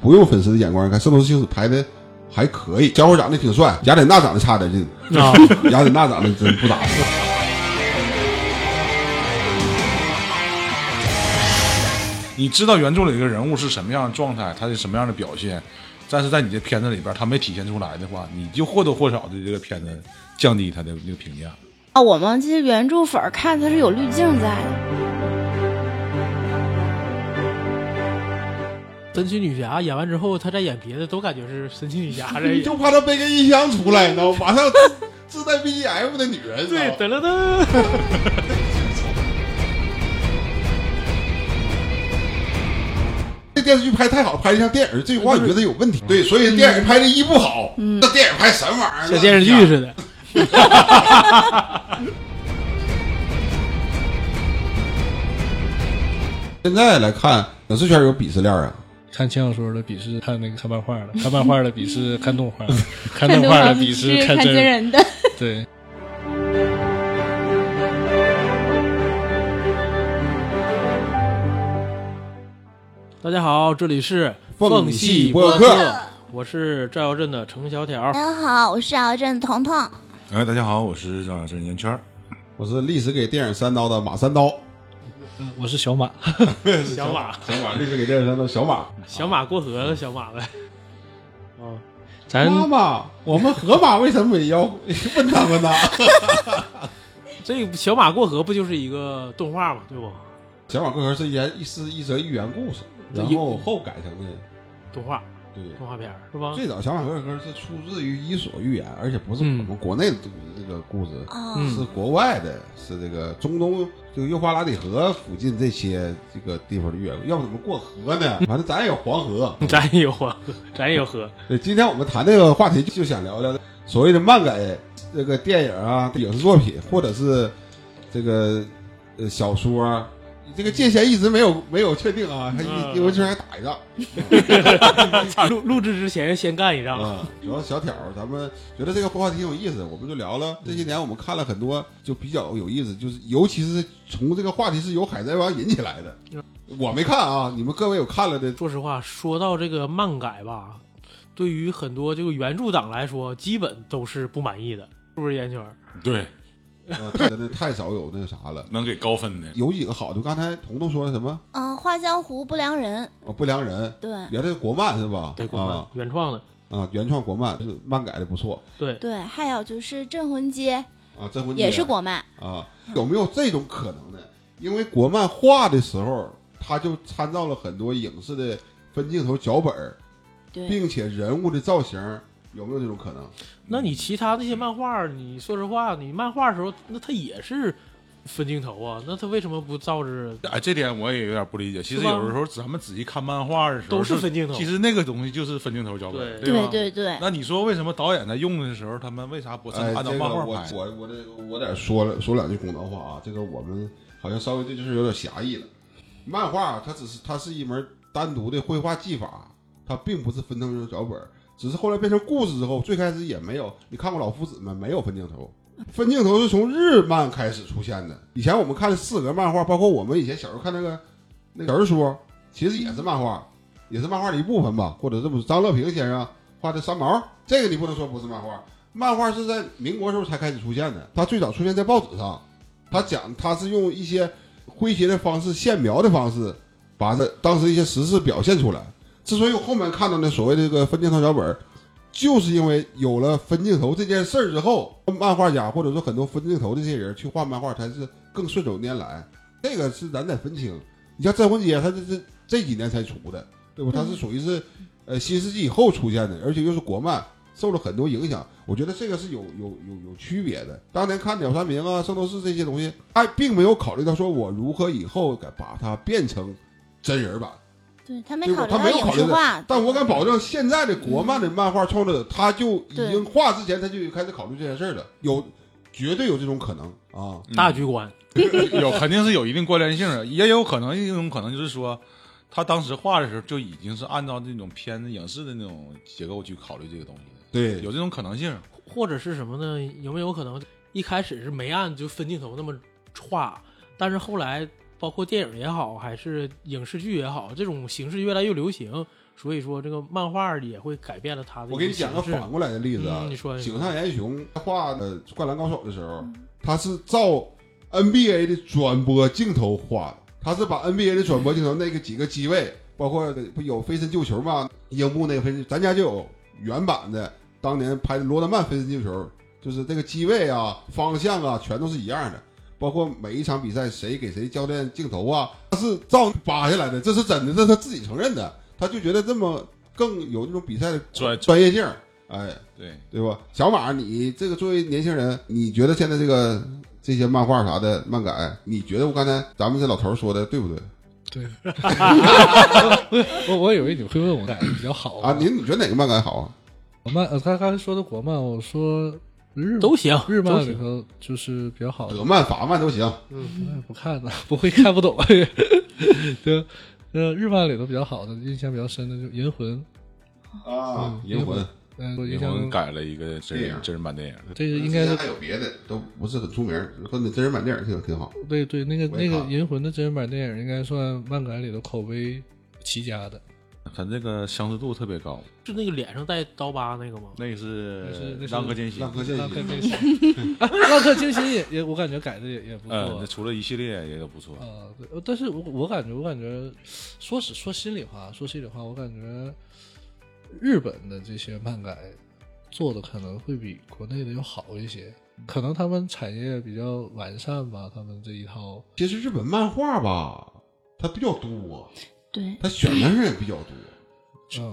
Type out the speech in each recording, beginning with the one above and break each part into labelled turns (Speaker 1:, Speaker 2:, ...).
Speaker 1: 不用粉丝的眼光看，圣斗士星矢排的还可以，小伙长得挺帅，雅典娜长得差点劲，
Speaker 2: 啊，
Speaker 1: 雅典娜长得真不咋地。
Speaker 3: 你知道原著里一个人物是什么样的状态，他是什么样的表现，但是在你这片子里边他没体现出来的话，你就或多或少的这个片子降低他的那个评价。
Speaker 4: 啊，我们这些原著粉儿看它是有滤镜在的。
Speaker 2: 神奇女侠演完之后，她再演别的都感觉是神奇女侠 在
Speaker 1: 你
Speaker 2: 演。
Speaker 1: 就怕他背个音箱出来，你知道吗？马上自自带 BGM 的女人，
Speaker 2: 对，
Speaker 1: 对，
Speaker 2: 噔噔噔。
Speaker 1: 这电视剧拍太好，拍的像电影，这话你觉得有问题？嗯对，所以电影拍的一不好，那电影拍什么玩意儿？
Speaker 2: 像嗯电视剧似的。
Speaker 1: 现在来看，影视圈有鄙视链啊，
Speaker 5: 看轻小说的鄙视看那个看漫画的，看漫画的鄙视看动画的，看动画的鄙视看真人。
Speaker 4: 的，
Speaker 5: 对，
Speaker 2: 大家好，这里是
Speaker 1: 缝
Speaker 2: 缝
Speaker 1: 隙
Speaker 2: 隙
Speaker 1: 播客
Speaker 2: 客，我是赵耀镇的程小条
Speaker 4: 大。家好，我是敖镇彤彤。
Speaker 3: 哎，大家好，我是张小生圆圈儿。
Speaker 1: 我是历史给电影三刀的马三刀，
Speaker 5: 嗯我是小马，
Speaker 2: 小马，
Speaker 1: 小马，历史给电影三刀小马，
Speaker 2: 小马过河了，小马 呗。啊，咱
Speaker 1: 妈妈，我们河马为什么也要 问他们呢？
Speaker 2: 这个小马过河不就是一个动画嘛，对不？
Speaker 1: 小马过河是言是一则寓言故事，
Speaker 2: 这
Speaker 1: 然
Speaker 2: 一
Speaker 1: 后后改成的，
Speaker 2: 动画，
Speaker 1: 对。
Speaker 2: 动画片儿是吧？
Speaker 1: 最早小马过河是出自于《伊索寓言》，而且不是我
Speaker 2: 嗯
Speaker 1: 们国内的这个故事，
Speaker 4: 哦，
Speaker 2: 嗯
Speaker 1: 是国外的，是这个中东，就幼发拉底河附近这些这个地方的寓言，要不怎么过河呢？反正咱也有黄河。
Speaker 2: 咱也有啊，咱也有河。
Speaker 1: 对，今天我们谈这个话题，就想聊聊所谓的漫改这个电影啊、影视作品，或者是这个呃小说啊，这个界限一直没有没有确定啊，还
Speaker 2: 嗯
Speaker 1: 一文圈还打一仗
Speaker 2: 录录制之前先干一仗。
Speaker 1: 啊。主要小挑儿，咱们觉得这个话题挺有意思，我们就聊了。这些年我们看了很多，就比较有意思，就是尤其是从这个话题是由《海贼王》引起来的。我没看啊，你们各位有看了的
Speaker 2: 说实话，说到这个漫改吧，对于很多这个原著党来说，基本都是不满意的，是不是烟圈儿？
Speaker 3: 对，
Speaker 1: 呃真的太少有那啥了。
Speaker 3: 能给高分的。
Speaker 1: 有几个好，就刚才彤彤说的什么
Speaker 4: 嗯、花江湖不良人，
Speaker 1: 呃不良人，
Speaker 4: 对
Speaker 1: 原来是国漫是吧？
Speaker 2: 对，国漫、
Speaker 1: 啊
Speaker 2: 原创的，
Speaker 1: 啊，原创国漫是漫改的不错
Speaker 2: 对，
Speaker 4: 对，还有就是《镇魂街
Speaker 1: 啊，这回》
Speaker 4: 也是国漫，
Speaker 1: 啊，有没有这种可能呢？因为国漫画的时候，它就参照了很多影视的分镜头脚本儿，
Speaker 4: 对，
Speaker 1: 并且人物的造型儿，有没有这种可能？
Speaker 2: 那你其他那些漫画儿，你说实话，你漫画儿的时候，那它也是分镜头啊，那它为什么不照着？
Speaker 3: 哎，这点我也有点不理解。其实
Speaker 2: 是吧
Speaker 3: 有的时候咱们仔细看漫画的时候，
Speaker 2: 都是分镜头
Speaker 3: 其实那个东西就是分镜头脚本，
Speaker 2: 对
Speaker 3: 吧？
Speaker 4: 对对，
Speaker 3: 那你说为什么导演在用的时候，他们为啥不是
Speaker 1: 哎，
Speaker 3: 按照
Speaker 1: 这个
Speaker 3: 漫画
Speaker 1: 我
Speaker 3: 拍？
Speaker 1: 我我得我得说了说两句公道话啊，这个我们好像稍微这就是有点狭义了。漫画它只是它是一门单独的绘画技法，它并不是分镜头脚本儿，只是后来变成故事之后，最开始也没有。你看过老夫子吗？没有分镜头，分镜头是从日漫开始出现的。以前我们看四格漫画，包括我们以前小时候看那个那个人说，其实也是漫画，也是漫画的一部分吧，或者这不是张乐平先生画的三毛，这个你不能说不是漫画。漫画是在民国时候才开始出现的，它最早出现在报纸上。它讲它是用一些诙谐的方式、线描的方式，把这当时一些时事表现出来。之所以我后面看到的所谓的这个分镜头脚本儿，就是因为有了分镜头这件事儿之后，漫画家或者说很多分镜头的这些人去画漫画才是更顺手拈来。这个是咱得分清。你像《镇魂街》，它这这这几年才出的，对吧？它是属于是呃新世纪以后出现的，而且又是国漫，受了很多影响。我觉得这个是有有有有区别的。当年看《鸟山明》啊、《圣斗士》这些东西，他并没有考虑到说我如何以后给把它变成真人版。
Speaker 4: 对他没
Speaker 1: 对
Speaker 4: 考虑
Speaker 1: 他
Speaker 4: 到
Speaker 1: 没有
Speaker 4: 影
Speaker 1: 考虑
Speaker 4: 视
Speaker 1: 到
Speaker 4: 化，
Speaker 1: 但我敢保证，现在的国漫的漫画创作者，他就已
Speaker 4: 对
Speaker 1: 经画之前他就开始考虑这件事儿了，有绝对有这种可能啊。
Speaker 3: 嗯
Speaker 2: 大局观，
Speaker 3: 有肯定是有一定关联性的，也有可能一种可能就是说，他当时画的时候就已经是按照这种片子影视的那种结构去考虑这个东西的，
Speaker 1: 对，
Speaker 3: 有这种可能性。
Speaker 2: 或者是什么呢？有没有可能一开始是没按就分镜头那么画，但是后来包括电影也好，还是影视剧也好，这种形式越来越流行，所以说这个漫画也会改变了他的。
Speaker 1: 我给你讲个反过来的例子啊，
Speaker 2: 嗯你说你说
Speaker 1: 井上严雄他画呃《灌篮高手》的时候，他是照 NBA 的转播镜头画的，他是把 NBA 的转播镜头那个几个机位，包括不有飞身救球嘛，樱木那个飞身，咱家就有原版的，当年拍的罗德曼飞身救球，就是这个机位啊、方向啊，全都是一样的。包括每一场比赛，谁给谁教练镜头啊，他是照扒下来的，这是真的，这是他自己承认的。他就觉得这么更有这种比赛的
Speaker 3: 专
Speaker 1: 专业性，哎，
Speaker 3: 对，
Speaker 1: 对吧？小马，你这个作为年轻人，你觉得现在这个这些漫画啥的漫改，你觉得我刚才咱们这老头说的对不对
Speaker 5: 对，我我以为你会问我哪个比较好
Speaker 1: 啊？您你觉得哪个漫改好啊？
Speaker 5: 我漫呃他刚才说的国漫，我说日
Speaker 2: 都行，
Speaker 5: 日
Speaker 2: 都
Speaker 5: 漫里
Speaker 2: 行
Speaker 5: 头就是比较好的
Speaker 1: 德，漫、法漫都行，
Speaker 5: 我也不看呢，不会看不懂。 就呃日漫里头比较好的，印象比较深的就《银魂》，
Speaker 1: 啊，银
Speaker 5: 银
Speaker 1: 魂
Speaker 5: 魂，嗯，我印
Speaker 3: 银
Speaker 5: 象
Speaker 3: 魂
Speaker 5: 中
Speaker 3: 改了一个真
Speaker 1: 电
Speaker 3: 人
Speaker 1: 影
Speaker 3: 真人版电影，
Speaker 5: 这呃个应该是
Speaker 1: 呃还有别的都不是很出名，和那真人版电影挺挺好。
Speaker 5: 对对，那个
Speaker 1: 我也
Speaker 5: 那个
Speaker 1: 看
Speaker 5: 《银魂》的真人版电影应该算漫改里头口碑极佳的。
Speaker 3: 他这个相似度特别高，
Speaker 2: 就那个脸上带刀疤那个吗？
Speaker 3: 那个
Speaker 5: 那是
Speaker 3: 是
Speaker 5: 那是
Speaker 3: 浪客剑心，
Speaker 1: 浪客剑
Speaker 5: 浪客
Speaker 1: 心，
Speaker 5: 剑心， 啊浪客剑心也也，我感觉改的也也不
Speaker 3: 嗯，那
Speaker 5: 错。
Speaker 3: 除了一系列也都不错，
Speaker 5: 啊，对，呃但是我我感觉，我感觉，说实说心里话，说心里话，我感觉日本的这些漫改做的可能会比国内的要好一些，可能他们产业比较完善吧，他们这一套
Speaker 1: 其实日本漫画吧，它比较多，
Speaker 4: 对，
Speaker 1: 它选的人也比较多。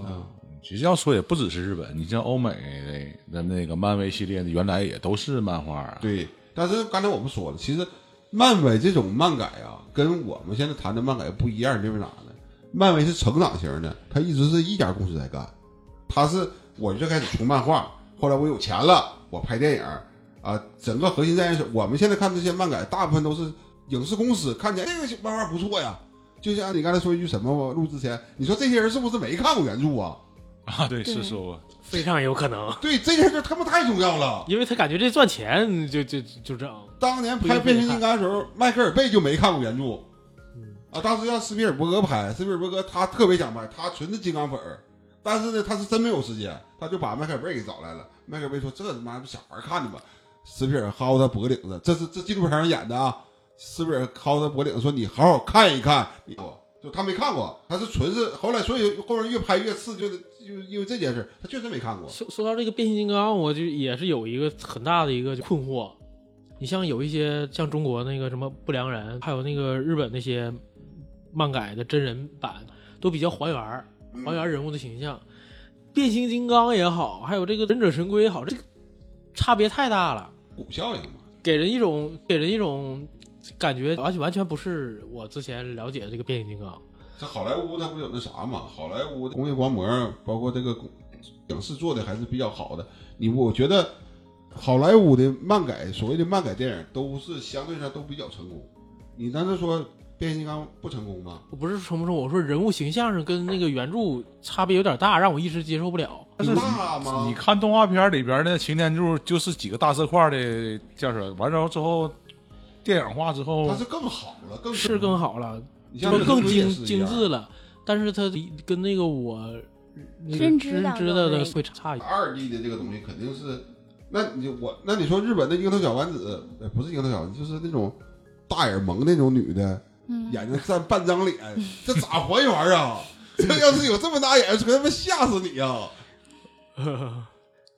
Speaker 5: 嗯，
Speaker 3: 其实要说也不只是日本，你像欧美的的那个漫威系列的，原来也都是漫画啊。
Speaker 1: 对，但是刚才我们说了，其实漫威这种漫改啊，跟我们现在谈的漫改不一样的地方哪呢？漫威是成长型的，它一直是一家公司在干，它是我最开始出漫画，后来我有钱了，我拍电影儿啊，整个核心在于是我们现在看这些漫改，大部分都是影视公司看见这个漫画不错呀。就像你刚才说一句什么，我录之前你说这些人是不是没看过原著啊？
Speaker 3: 啊， 对，
Speaker 4: 对
Speaker 3: 是说过，
Speaker 2: 非常有可能，
Speaker 1: 对，这件事他妈太重要了。
Speaker 2: 因为他感觉这赚钱就就就这样。
Speaker 1: 当年拍《变形金刚》的时候，迈克尔贝就没看过原著，啊，当时让斯皮尔伯格拍，斯皮尔伯格他特别想拍，他纯是金刚粉儿，但是呢，他是真没有时间，他就把迈克尔贝给找来了。迈克尔贝说：“这他妈不小孩儿看的吗？”斯皮尔薅他脖领子，这是这纪录片上演的啊。斯皮尔薅他脖领子说：“你好好看一看。”你就他没看过，他是纯是后来，所以后面越拍越次，就是就因为这件事，他确实没看过。
Speaker 2: 说说到这个变形金刚，我就也是有一个很大的一个困惑。你像有一些像中国那个什么不良人，还有那个日本那些漫改的真人版，都比较还原儿，
Speaker 1: 嗯
Speaker 2: 还原人物的形象。变形金刚也好，还有这个忍者神龟也好，这个差别太大了，
Speaker 1: 股效应嘛，
Speaker 2: 给人一种给人一种感觉，完全完全不是我之前了解的这个变形金刚。
Speaker 1: 这好莱坞它不是有那啥嘛？好莱坞的工业光膜，包括这个工影视做的还是比较好的。你我觉得好莱坞的漫改，所谓的漫改电影，都是相对上都比较成功。你难道说变形金刚不成功吗？
Speaker 2: 我不是说不说，我说人物形象上跟那个原著差别有点大，让我一时接受不了。
Speaker 3: 但是
Speaker 1: 大
Speaker 2: 啊
Speaker 1: 吗？
Speaker 3: 你看动画片里边的擎天柱就是几个大色块的叫啥，完了之后电影化之后
Speaker 1: 它，是更好了，更
Speaker 2: 是更好了，
Speaker 1: 你像
Speaker 2: 说更
Speaker 1: 这个也
Speaker 2: 精
Speaker 1: 是一
Speaker 2: 精
Speaker 1: 样
Speaker 2: 致。了，但是它跟那个我那个
Speaker 4: 认知
Speaker 2: 知
Speaker 4: 当中
Speaker 2: 道
Speaker 4: 的
Speaker 2: 的
Speaker 4: 那
Speaker 2: 会差一点。
Speaker 1: 二 D 的这个东西肯定是，那你就我那你说日本的樱桃小丸子，呃不是樱桃小丸子，就是那种大眼萌那种女的，
Speaker 4: 嗯，
Speaker 1: 眼睛占半张脸， 这咋还原啊？ 这要是有这么大眼睛，可他妈吓死你啊！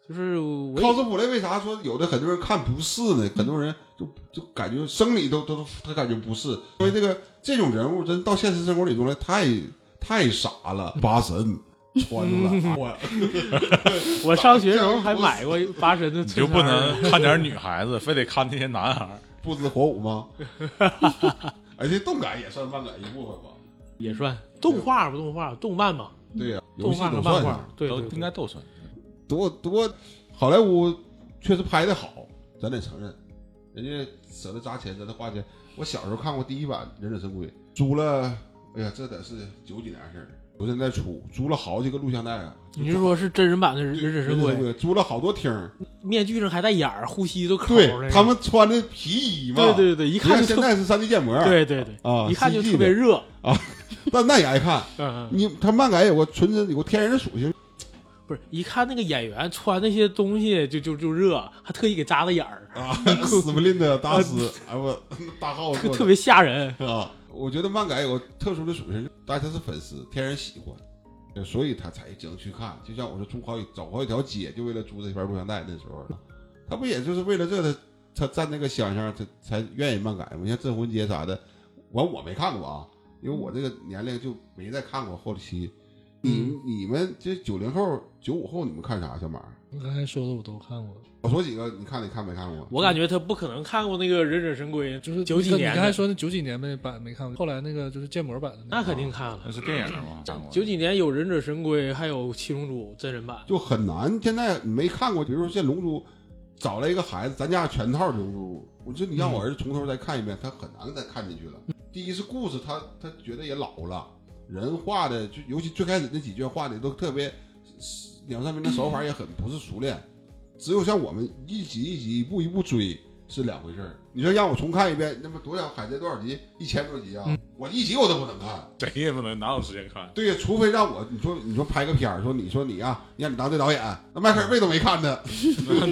Speaker 2: 就是我也
Speaker 1: cosplay 为啥说有的很多人看不是呢？很多人就就感觉生理都都都他感觉不是，因为这个这种人物真到现实生活里中来太太傻了，八神。穿出来， 我
Speaker 2: 我上学时候还买过八神的
Speaker 3: 你
Speaker 2: 衬衫，
Speaker 3: 就不能看点女孩子， 非得看那些男孩儿。
Speaker 1: 不知火舞吗？ 而且动感也算漫改一部分吧。
Speaker 2: 也算动画不动画，动漫嘛，
Speaker 1: 对呀、游
Speaker 2: 动
Speaker 1: 戏
Speaker 2: 画和
Speaker 1: 都
Speaker 2: 漫
Speaker 1: 算
Speaker 2: 画
Speaker 1: 上。，
Speaker 2: 对，
Speaker 3: 都
Speaker 2: 对
Speaker 3: 应该都算。
Speaker 1: 多多，好莱坞确实拍的好，咱得承认，人家舍得砸钱，舍得花钱。我小时候看过第一版《忍者神龟》，租了，哎呀，这得是九几年的事儿，我现在出租了好几个录像带啊。
Speaker 2: 你是说是真人版的忍
Speaker 1: 对
Speaker 2: 者
Speaker 1: 忍
Speaker 2: 神
Speaker 1: 者
Speaker 2: 龟
Speaker 1: 神，龟租了好多厅儿，
Speaker 2: 面具上还带眼儿，呼吸都抠
Speaker 1: 对
Speaker 2: 那个
Speaker 1: 他们穿的皮衣嘛，
Speaker 2: 对对对，一
Speaker 1: 你
Speaker 2: 看
Speaker 1: 看
Speaker 2: 就
Speaker 1: 现
Speaker 2: 特
Speaker 1: 在是三 D 建模，
Speaker 2: 对对对，
Speaker 1: 啊，
Speaker 2: 一看就
Speaker 1: CG
Speaker 2: 特别
Speaker 1: 的
Speaker 2: 热，
Speaker 1: 但那也爱看。
Speaker 2: 嗯，嗯
Speaker 1: 你他漫改有个纯真有个天然的属性，
Speaker 2: 不是，一看那个演员穿那些东西就就就热，还特意给扎了眼儿，
Speaker 1: 啊， 斯普林的大师，哎我 大号
Speaker 2: 啊特特别吓人。
Speaker 1: 啊， 我觉得漫改有个特殊的属性，大家是粉丝，天然喜欢，所以他才能去看。就像我说租好几走好几条街，就为了租这盘录像带，那时候 他不也就是为了这他他站那个乡下，他才愿意漫改吗？像《镇魂街》啥的，完我没看过啊，因为我这个年龄就没再看过后期。你你们这九零后、九五后，你们看啥？小马，
Speaker 5: 你刚才说的我都看过，
Speaker 1: 我说几个，你看你看没看过？
Speaker 2: 我感觉他不可能看过那个《忍者神龟》，
Speaker 5: 就是
Speaker 2: 九几
Speaker 5: 那个
Speaker 2: 年的
Speaker 5: 你刚才说那九几年那版没看过，后来那个就是建模版的
Speaker 2: 那
Speaker 5: 个
Speaker 2: 肯定看了。
Speaker 1: 嗯
Speaker 3: 那是电影吗？看过
Speaker 2: 九几年有《忍者神龟》，还有《七龙珠》真人版。
Speaker 1: 就很难。现在你没看过，比如说像《龙珠》，找来一个孩子，咱家全套《龙珠》，我说你让我儿子从头再看一遍，他很难再看进去了。第一是故事，他他觉得也老了，人画的就尤其最开始那几卷画的都特别两三明的手法也很不是熟练，只有像我们一集一集、一步一步追是两回事儿。你说让我重看一遍，那么多少海贼多少集，一千多集啊，我一集我都不能看。
Speaker 3: 谁也不能哪有时间看？
Speaker 1: 对呀，除非让我你说你说拍个片儿，说你说你啊，让你当这导演，那迈克尔贝都没看呢。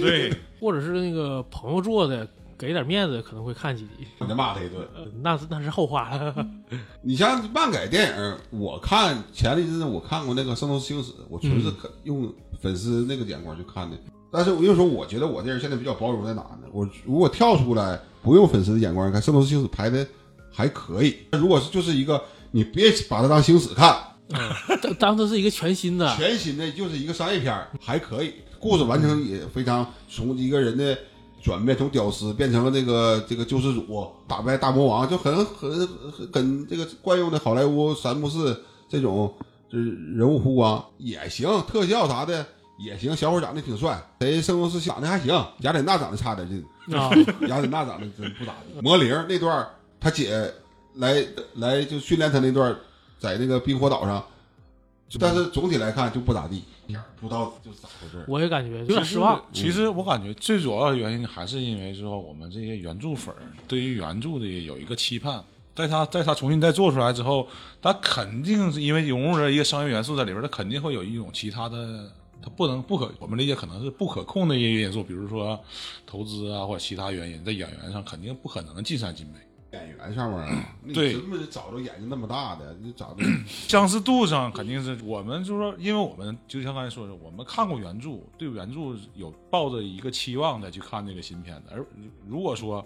Speaker 3: 对，
Speaker 2: 或者是那个朋友做的，给点面子可能会看几集，
Speaker 1: 你再骂他一顿。
Speaker 2: 呃那是那是后话了。
Speaker 1: 你像漫改电影，我看前一阵子我看过那个《圣斗士星矢》，我纯是看用粉丝那个眼光去看的。但是我又说，我觉得我这人现在比较包容在哪呢？我如果跳出来，不用粉丝的眼光看《圣斗士星矢》排的还可以。如果是就是一个，你别把它当星矢看，
Speaker 2: 当当它是一个全新的，
Speaker 1: 全新的就是一个商业片儿，还可以，故事完成也非常从一个人的转变，从屌丝变成了这个这个救世主，打败大魔王，就很很很跟这个惯用的好莱坞三幕式这种就是人物弧光也行，特效啥的也行，小伙长得挺帅，谁圣斗士长得还行，雅典娜长得差点劲，
Speaker 2: 啊，
Speaker 1: 雅典娜长得真不咋地。魔灵那段儿，他姐来来就训练他那段儿，在那个冰火岛上，但是总体来看就不咋地，不知道就是咋回事儿。
Speaker 2: 我也感觉有点失望。
Speaker 3: 其实我感觉最主要的原因还是因为说我们这些原著粉儿对于原著的有一个期盼，在他在他重新再做出来之后，他肯定是因为融入了一个商业元素在里边儿，他肯定会有一种其他的。他不能不可，我们理解可能是不可控的一些因素，比如说投资啊或者其他原因，在演员上肯定不可能尽善尽美。
Speaker 1: 演员上面 啊，你
Speaker 3: 对
Speaker 1: 怎么得找着眼睛那么大的？ 你找着
Speaker 3: 相似度上肯定是我们就是说，因为我们就像刚才说的，我们看过原著，对原著有抱着一个期望再去看这个新片子。而如果说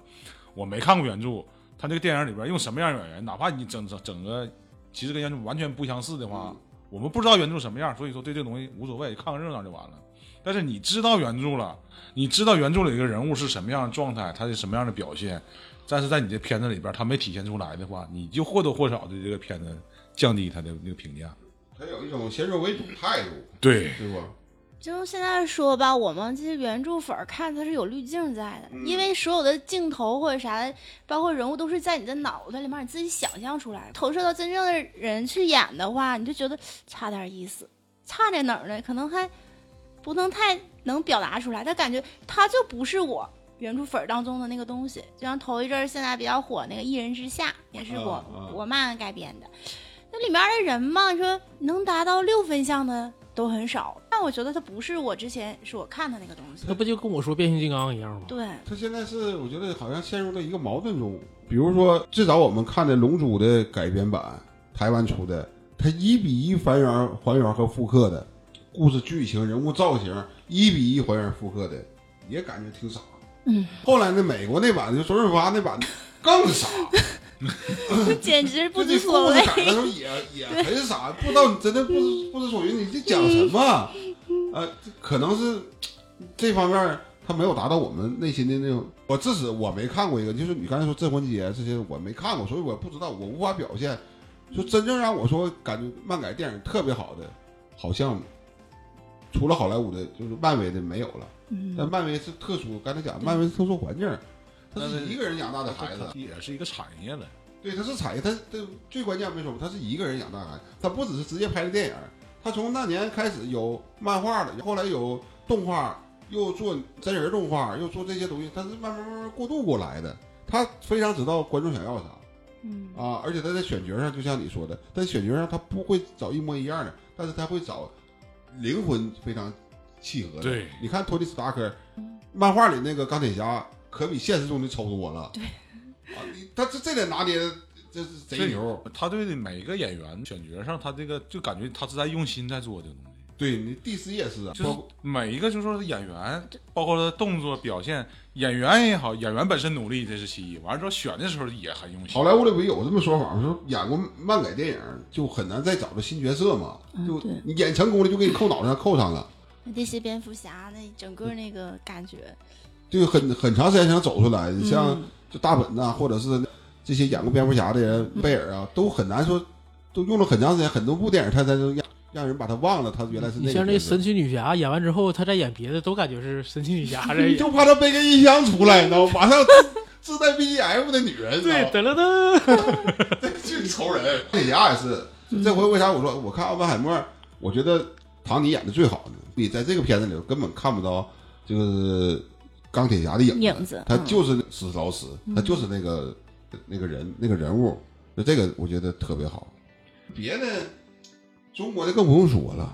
Speaker 3: 我没看过原著，他这个电影里边用什么样的演员，哪怕你整整整个其实跟原著完全不相似的话，我们不知道原著什么样，所以说对这个东西无所谓，看个热闹就完了。但是你知道原著了，你知道原著里一个人物是什么样的状态，他是什么样的表现，但是在你这片子里边他没体现出来的话，你就或多或少的这个片子降低他的那个评价。
Speaker 1: 他有一种先入为主态度，
Speaker 3: 对，
Speaker 1: 对不？
Speaker 4: 就现在说吧，我们这些原著粉儿看它是有滤镜在的，因为所有的镜头或者啥的，包括人物都是在你的脑袋里面你自己想象出来的，投射到真正的人去演的话，你就觉得差点意思，差在哪儿呢？可能还不能太能表达出来，但感觉它就不是我原著粉儿当中的那个东西。就像头一阵儿现在比较火那个《一人之下》，也是我、
Speaker 1: 嗯嗯
Speaker 4: 我漫改编的，那里面的人嘛，你说能达到六分像的都很少。但我觉得它不是我之前所看的那个东西
Speaker 2: 那。不就跟我说变形金刚一样吗？
Speaker 4: 对，
Speaker 1: 他现在是我觉得好像陷入了一个矛盾中。比如说，至少我们看的《龙珠》的改编版，台湾出的，它一比一还原还原和复刻的，故事剧情、人物造型一比一还原复刻的，也感觉挺傻。
Speaker 4: 嗯。
Speaker 1: 后来那美国那版就周润发那版更傻，
Speaker 4: 简直不
Speaker 1: 就这
Speaker 4: 知所
Speaker 1: 故事
Speaker 4: 谓。
Speaker 1: 改的时候也也很傻，不知道你真的不知不知所云，你这讲什么？呃，可能是这方面儿他没有达到我们内心的那种。我至少我没看过一个，就是你刚才说《镇魂街》这些我没看过，所以我不知道，我无法表现。就真正让我说感觉漫改电影特别好的，好像除了好莱坞的，就是漫威的没有了。
Speaker 4: 嗯
Speaker 1: 但漫威是特殊，刚才讲漫威是特殊环境儿，他
Speaker 3: 但
Speaker 1: 是
Speaker 3: 是
Speaker 1: 一个人养大的孩子，
Speaker 3: 也是一个产业了。
Speaker 1: 对，他是产业，他他最关键没说，他是一个人养大孩子，他不只是直接拍的电影，他从那年开始有漫画了，后来有动画，又做真人动画，又做这些东西，他是慢慢慢慢过渡过来的，他非常知道观众想要啥，
Speaker 4: 嗯
Speaker 1: 啊，而且他在选角上，就像你说的，在选角上他不会找一模一样的，但是他会找灵魂非常契合的。
Speaker 3: 对，
Speaker 1: 你看托尼·斯塔克
Speaker 4: 嗯，
Speaker 1: 漫画里那个钢铁侠可比现实中的超多了。对，啊，你他这这点拿捏，这是贼牛。
Speaker 3: 他对每个演员选角上，他这个就感觉他是在用心在做这个东西，
Speaker 1: 对你第四也是啊，
Speaker 3: 就
Speaker 1: 包
Speaker 3: 是
Speaker 1: 括
Speaker 3: 每一个就是说演员，包括他动作表现，演员也好，演员本身努力这是其一，完了之后选的时候也很用心。
Speaker 1: 好莱坞里不有这么说法吗，说演过漫改电影就很难再找到新角色嘛，
Speaker 4: 嗯
Speaker 1: 就
Speaker 4: 对
Speaker 1: 你演成功了就给你扣脑袋上扣上了，
Speaker 4: ，DC 蝙蝠侠那整个那个感觉，
Speaker 1: 就很很长时间才能走出来。你像
Speaker 4: 嗯
Speaker 1: 就大本呐、或者是这些演过蝙蝠侠的人，贝尔啊，都很难说，都用了很长时间，很多部电影他才能让让人把他忘了，他原来是
Speaker 2: 你
Speaker 1: 那
Speaker 2: 像
Speaker 1: 个
Speaker 2: 这
Speaker 1: 角色。
Speaker 2: 神奇女侠演完之后，她再演别的都感觉是神奇 女侠在
Speaker 1: 你
Speaker 2: 演。
Speaker 1: 就怕他背个音箱出来，你知道吗？马上自自带 BGM 的女人，
Speaker 2: 对，噔噔噔，
Speaker 1: 这是仇人。钢铁侠也是，就这回为啥我说我看奥本海默，我觉得唐尼演的最好呢？你在这个片子里根本看不到就是钢铁侠的影
Speaker 4: 影子
Speaker 1: 他
Speaker 4: 嗯
Speaker 1: 就是死老死，他就是那个那个人那个人物，就这个我觉得特别好。别的中国的更不用说了，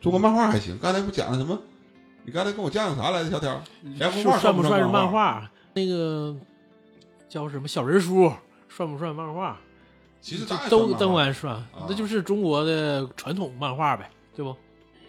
Speaker 1: 中国漫画还行。刚才不讲了什么？你刚才跟我讲讲啥来着，小条？连环画
Speaker 2: 算不算
Speaker 1: 算
Speaker 2: 是漫
Speaker 1: 画？
Speaker 2: 画？那个叫什么小人书，算不算漫画？
Speaker 1: 其实
Speaker 2: 这
Speaker 1: 当然算
Speaker 2: 都
Speaker 1: 漫
Speaker 2: 都
Speaker 1: 画啊
Speaker 2: 完算，那就是中国的传统漫画呗，对不？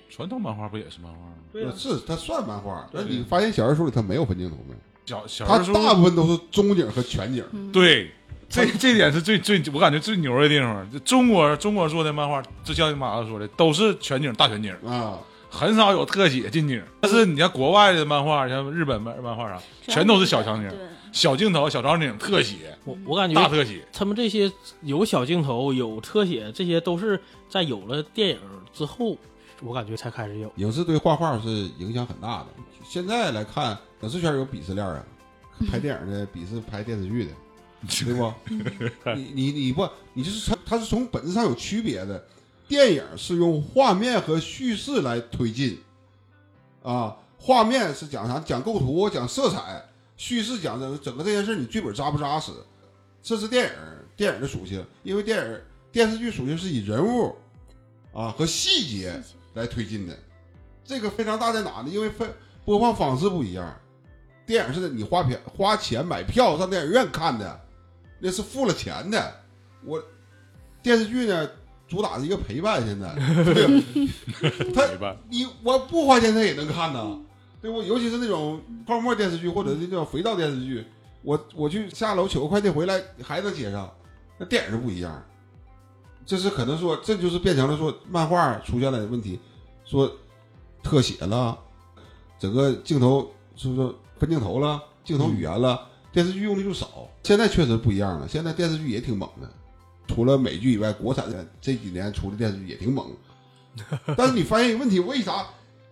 Speaker 3: 传统漫画不也是漫画吗？
Speaker 2: 对啊
Speaker 1: 是它算漫画，但
Speaker 3: 对
Speaker 1: 你发现小人书里它没有分镜头没？
Speaker 3: 小小
Speaker 1: 它
Speaker 3: 人书
Speaker 1: 大部分都是中景和全景，
Speaker 4: 嗯
Speaker 3: 对，这这点是最最我感觉最牛的地方。就中国中国做的漫画，就像马子说的，都是全景大全景，
Speaker 1: 啊，
Speaker 3: 很少有特写近景。但是你像国外的漫画，像日本漫漫画啥，全都是小场景、
Speaker 4: 对，
Speaker 3: 小镜头、小场景、特写、
Speaker 2: 我
Speaker 1: 嗯
Speaker 2: 我感
Speaker 3: 大
Speaker 2: 觉
Speaker 3: 特写。
Speaker 2: 他们这些有小镜头、有特写，这些都是在有了电影之后，我感觉才开始有。
Speaker 1: 影视对画画是影响很大的。现在来看，影视圈有鄙视链啊，拍电影的鄙视拍电视剧的，对不？你你你不，你就是它它是从本质上有区别的。电影是用画面和叙事来推进，啊，画面是讲啥？讲构图，讲色彩，叙事讲整整个这件事，你剧本扎不扎实？这是电影电影的属性，因为电影电视剧属性是以人物啊和细节来推进的，这个非常大在哪呢？因为分播放方式不一样，电影是你花票花钱买票上电影院看的，那是付了钱的。我电视剧呢，主打是一个陪伴，现在对吧 它
Speaker 3: 没办法
Speaker 1: 你我不花钱他也能看呐，对不？尤其是那种泡沫电视剧或者那叫肥皂电视剧，我我去下楼取个快递回来还能接上，那电影是不一样。这是可能说，这就是变成了说漫画出现了问题，说特写了，整个镜头是不是分镜头了，镜头语言了，电视剧用的就少。现在确实不一样了，现在电视剧也挺猛的，除了美剧以外，国产的这几年出的电视剧也挺猛。但是你发现一个问题，为啥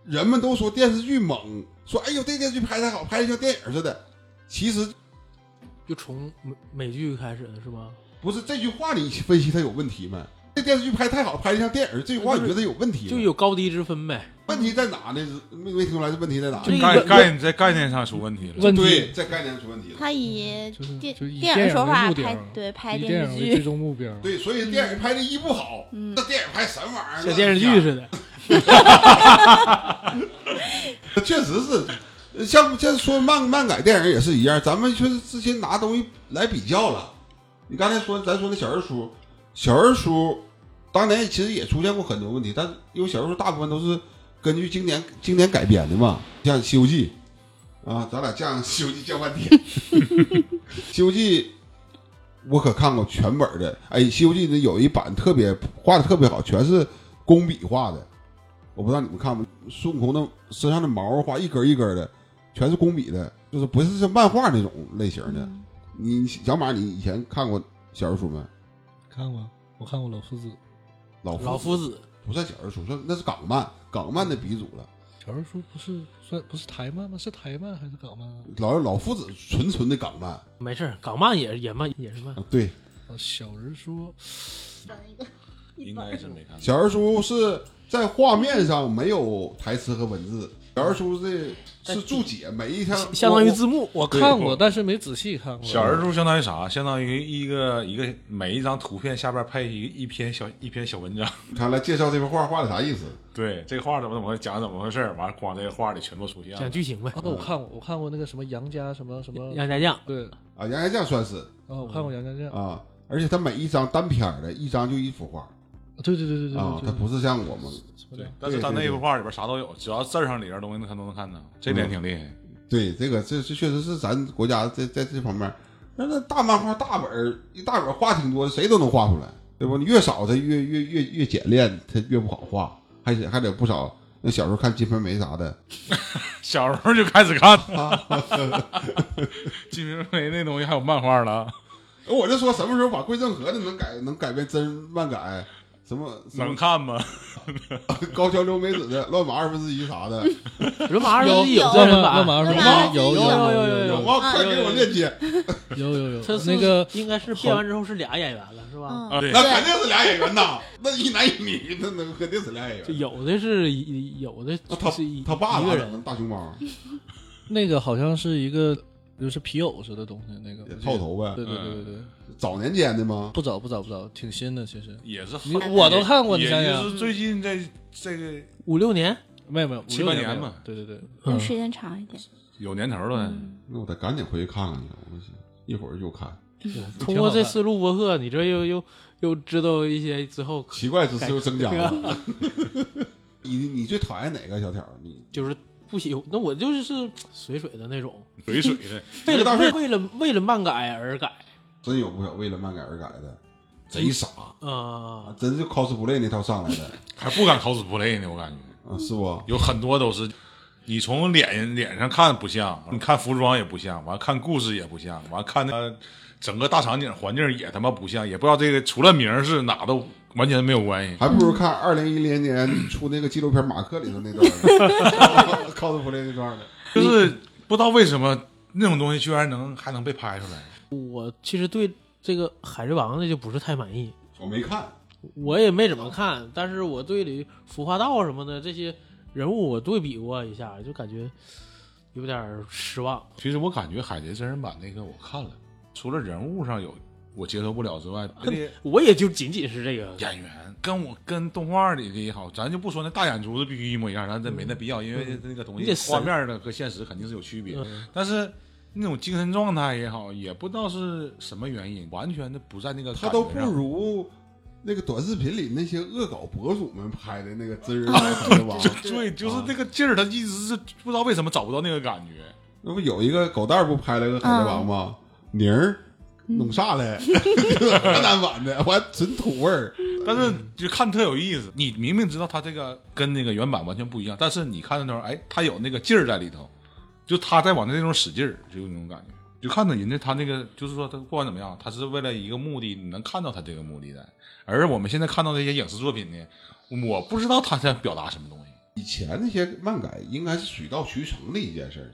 Speaker 1: 人们都说电视剧猛，说哎呦这电视剧拍的好，拍的像电影似的？其实
Speaker 2: 就从美美剧开始的是吗？
Speaker 1: 不是这句话你分析它有问题没？这电视剧拍太好，拍的像电影，这句话你觉得有问题吗？
Speaker 2: 就有高低之分呗。
Speaker 1: 问题在哪呢？没没听出来这问题在哪？
Speaker 2: 这
Speaker 3: 概
Speaker 2: 个
Speaker 3: 概在概念上出问题了。
Speaker 5: 问题
Speaker 1: 对，在概念出问题了。
Speaker 4: 他
Speaker 1: 嗯
Speaker 4: 以
Speaker 5: 就是
Speaker 4: 电
Speaker 5: 就是以
Speaker 4: 电
Speaker 5: 电
Speaker 4: 影
Speaker 5: 影
Speaker 4: 手
Speaker 5: 为
Speaker 4: 法
Speaker 5: 目的
Speaker 4: 拍
Speaker 5: 儿
Speaker 4: 对拍
Speaker 5: 以
Speaker 4: 电
Speaker 5: 电
Speaker 4: 视
Speaker 5: 影为最
Speaker 4: 剧，
Speaker 5: 终目标。
Speaker 1: 对，所以电影拍的一不好，
Speaker 4: 嗯
Speaker 1: 那电影拍什么玩意儿？
Speaker 2: 像电视剧似的，
Speaker 1: 的，确实是。呃像像说漫漫改电影也是一样，咱们就是之前拿东西来比较了。你刚才说咱说那小人书，小人书当年其实也出现过很多问题，但是因为小人书大部分都是根据经典经典改编的嘛，像《西游记》啊，咱俩犟《西游记》犟半天，《西游记》我可看过全本的，哎，《西游记》那有一版特别画的特别好，全是工笔画的，我不知道你们看不？孙悟空的身上的毛画一根一根的，全是工笔的，就是不是像漫画那种类型的。
Speaker 5: 嗯
Speaker 1: 你小马，你以前看过小人书没？
Speaker 5: 看过，我看过老夫子。
Speaker 1: 老夫
Speaker 2: 老夫子
Speaker 1: 不算小人书，算那是港漫，港漫的鼻祖了。
Speaker 5: 小人书不是算不是台漫吗？是台漫还是港漫啊？
Speaker 1: 老老夫子纯纯的港漫，
Speaker 2: 没事儿，港漫也也漫也是漫。
Speaker 1: 啊对，
Speaker 5: 啊，小人书
Speaker 3: 应该是没看过。
Speaker 1: 小人书是在画面上没有台词和文字，小人书这是注解，每一条
Speaker 2: 相当于字幕。
Speaker 5: 我
Speaker 1: 对
Speaker 5: 看过，
Speaker 1: 我
Speaker 5: 但是没仔细看过。
Speaker 3: 小人书相当于啥？相当于一个一个每一张图片下边配一一篇小一篇小文章。
Speaker 1: 他来介绍这幅画画的啥意思？
Speaker 3: 对，这画怎么怎么回讲怎么回事儿？完了，光这画里全都 出现
Speaker 2: 讲
Speaker 3: 了。
Speaker 2: 剧情呗
Speaker 5: 啊，，我看过，我看过那个什么杨家什么什么，
Speaker 2: 杨家将
Speaker 5: 对，
Speaker 1: 啊，杨家将算是
Speaker 5: 啊，我看过杨家将，
Speaker 1: 啊，而且他每一张单篇儿的，一张就一幅画
Speaker 5: 对对对对对
Speaker 1: 啊，
Speaker 5: 对
Speaker 1: 他不是像我们
Speaker 3: 对，但是他那幅画里边啥都有，只要字儿上里边东西，他都能看到。这点挺厉害。
Speaker 1: 对这个这这确实是咱国家在在这方面儿，那那大漫画大本儿一大本儿画挺多的，谁都能画出来，对不？你越少，它越越越越简练，它越不好画，还得还得有不少。那小时候看《金瓶梅》啥 的，
Speaker 3: 小时候就开始看 了，《金瓶梅》那东西还有漫画 了，
Speaker 1: 我就说什么时候把桂正和的能改能改变真漫改，什么什
Speaker 3: 能
Speaker 1: 么
Speaker 3: 看吗？
Speaker 1: 高桥留美子的乱码二分之一啥 的，
Speaker 2: 人马二十一有
Speaker 4: 有
Speaker 2: 真人
Speaker 5: 漫
Speaker 2: 版，
Speaker 5: 漫
Speaker 4: 有
Speaker 5: 漫漫
Speaker 4: 吗
Speaker 5: 有
Speaker 4: 有
Speaker 2: 有
Speaker 5: 有
Speaker 2: 有
Speaker 1: 有
Speaker 5: 有
Speaker 1: 吗？快给我链接，
Speaker 5: 有有
Speaker 1: 嗯
Speaker 5: 有
Speaker 2: 他是
Speaker 5: 那个
Speaker 2: 应该是变完之后是俩演员了，是吧？
Speaker 4: 嗯，
Speaker 3: 啊，对
Speaker 1: 那肯定是俩演员呐，那一男一女，那那肯定是俩演
Speaker 2: 就
Speaker 1: 员。
Speaker 2: 有的是一有的
Speaker 1: 哦那他
Speaker 2: 是一
Speaker 1: 他爸
Speaker 2: 一
Speaker 1: 咋
Speaker 2: 个
Speaker 1: 整
Speaker 2: 人，
Speaker 1: 大熊 猫
Speaker 5: 那个好像是一个就是皮偶似的东西，那个
Speaker 1: 套，头呗，
Speaker 5: 对对对对对，
Speaker 1: 早年间的吗？
Speaker 5: 不早不早不早，挺新的其实，
Speaker 3: 也是
Speaker 5: 你
Speaker 3: 好
Speaker 5: 我都看过，你
Speaker 3: 也
Speaker 5: 想
Speaker 3: 就
Speaker 5: 想，
Speaker 3: 是最近这这个
Speaker 2: 五六年，嗯
Speaker 5: 没有没有
Speaker 3: 七八
Speaker 5: 五六
Speaker 3: 年
Speaker 5: 没有
Speaker 3: 吧
Speaker 5: 对对对，
Speaker 4: 嗯那时间长一点。嗯
Speaker 3: 有年头
Speaker 5: 嗯
Speaker 3: 了，
Speaker 1: 那我得赶紧回去看看去，我去一会儿就看。
Speaker 2: 通过这次录播客，你这又又又知道一些之后，
Speaker 1: 奇怪之处又增加了。 你你最讨厌哪个小条？你
Speaker 2: 就是不喜欢。那我就是水水的那种，
Speaker 3: 水水的，
Speaker 2: 为
Speaker 1: 这个
Speaker 2: 了
Speaker 1: 倒
Speaker 2: 为
Speaker 1: 是
Speaker 2: 为了为了漫改而改
Speaker 1: 真有不少为了漫改而改的，贼傻，
Speaker 2: 啊，
Speaker 1: 真是 cosplay 那套上来的
Speaker 3: 还不敢 cosplay 呢，我感觉
Speaker 1: 啊，是不？
Speaker 3: 有很多都是。你从脸脸上看不像，你看服装也不像，完了看故事也不像，完了看那呃整个大场景环境也他妈不像，也不知道这个除了名儿是哪都完全没有关系。
Speaker 1: 还不如看二零一零年出那个纪录片《马克》里头那段呢 cosplay 那段呢。
Speaker 3: 就是不知道为什么那种东西居然能还能被拍出来。
Speaker 2: 我其实对这个《海贼王》的就不是太满意，
Speaker 1: 我没看，
Speaker 2: 我也没怎么看，但是我对里服化道什么的这些人物我对比过一下，就感觉有点失望。
Speaker 3: 其实我感觉海贼真人版那个我看了，除了人物上有我接受不了之外，
Speaker 2: 我也就仅仅是这个，
Speaker 3: 演员跟我跟动画里的也好，咱就不说那大眼珠子必须一模一样，咱这没那必要，因为
Speaker 1: 嗯
Speaker 3: 那个东
Speaker 2: 你得
Speaker 3: 西画
Speaker 2: 神
Speaker 3: 面的和现实肯定是有区别，
Speaker 2: 嗯
Speaker 3: 但是。那种精神状态也好，也不知道是什么原因，完全的不在那个
Speaker 1: 他都
Speaker 3: 感
Speaker 1: 不
Speaker 3: 觉上
Speaker 1: 如那个短视频里那些恶搞博主们拍的那个啊真人版《指王》。
Speaker 3: 对，就是那个劲儿，他一直是不知道为什么找不到那个感觉。
Speaker 1: 那不有一个狗蛋儿不拍了个《海贼王》吗？宁儿弄啥嘞？河南版的，完纯土味儿。
Speaker 3: 但是就看特有意思，你明明知道他这个跟那个原版完全不一样，但是你看的时候，哎，他有那个劲儿在里头，就他在往那种使劲儿，就有那种感觉。就看着人家他那个，就是说他不管怎么样，他是为了一个目的，你能看到他这个目的在。而我们现在看到这些影视作品呢，我不知道他在表达什么东西。
Speaker 1: 以前那些漫改应该是水到渠成的一件事儿，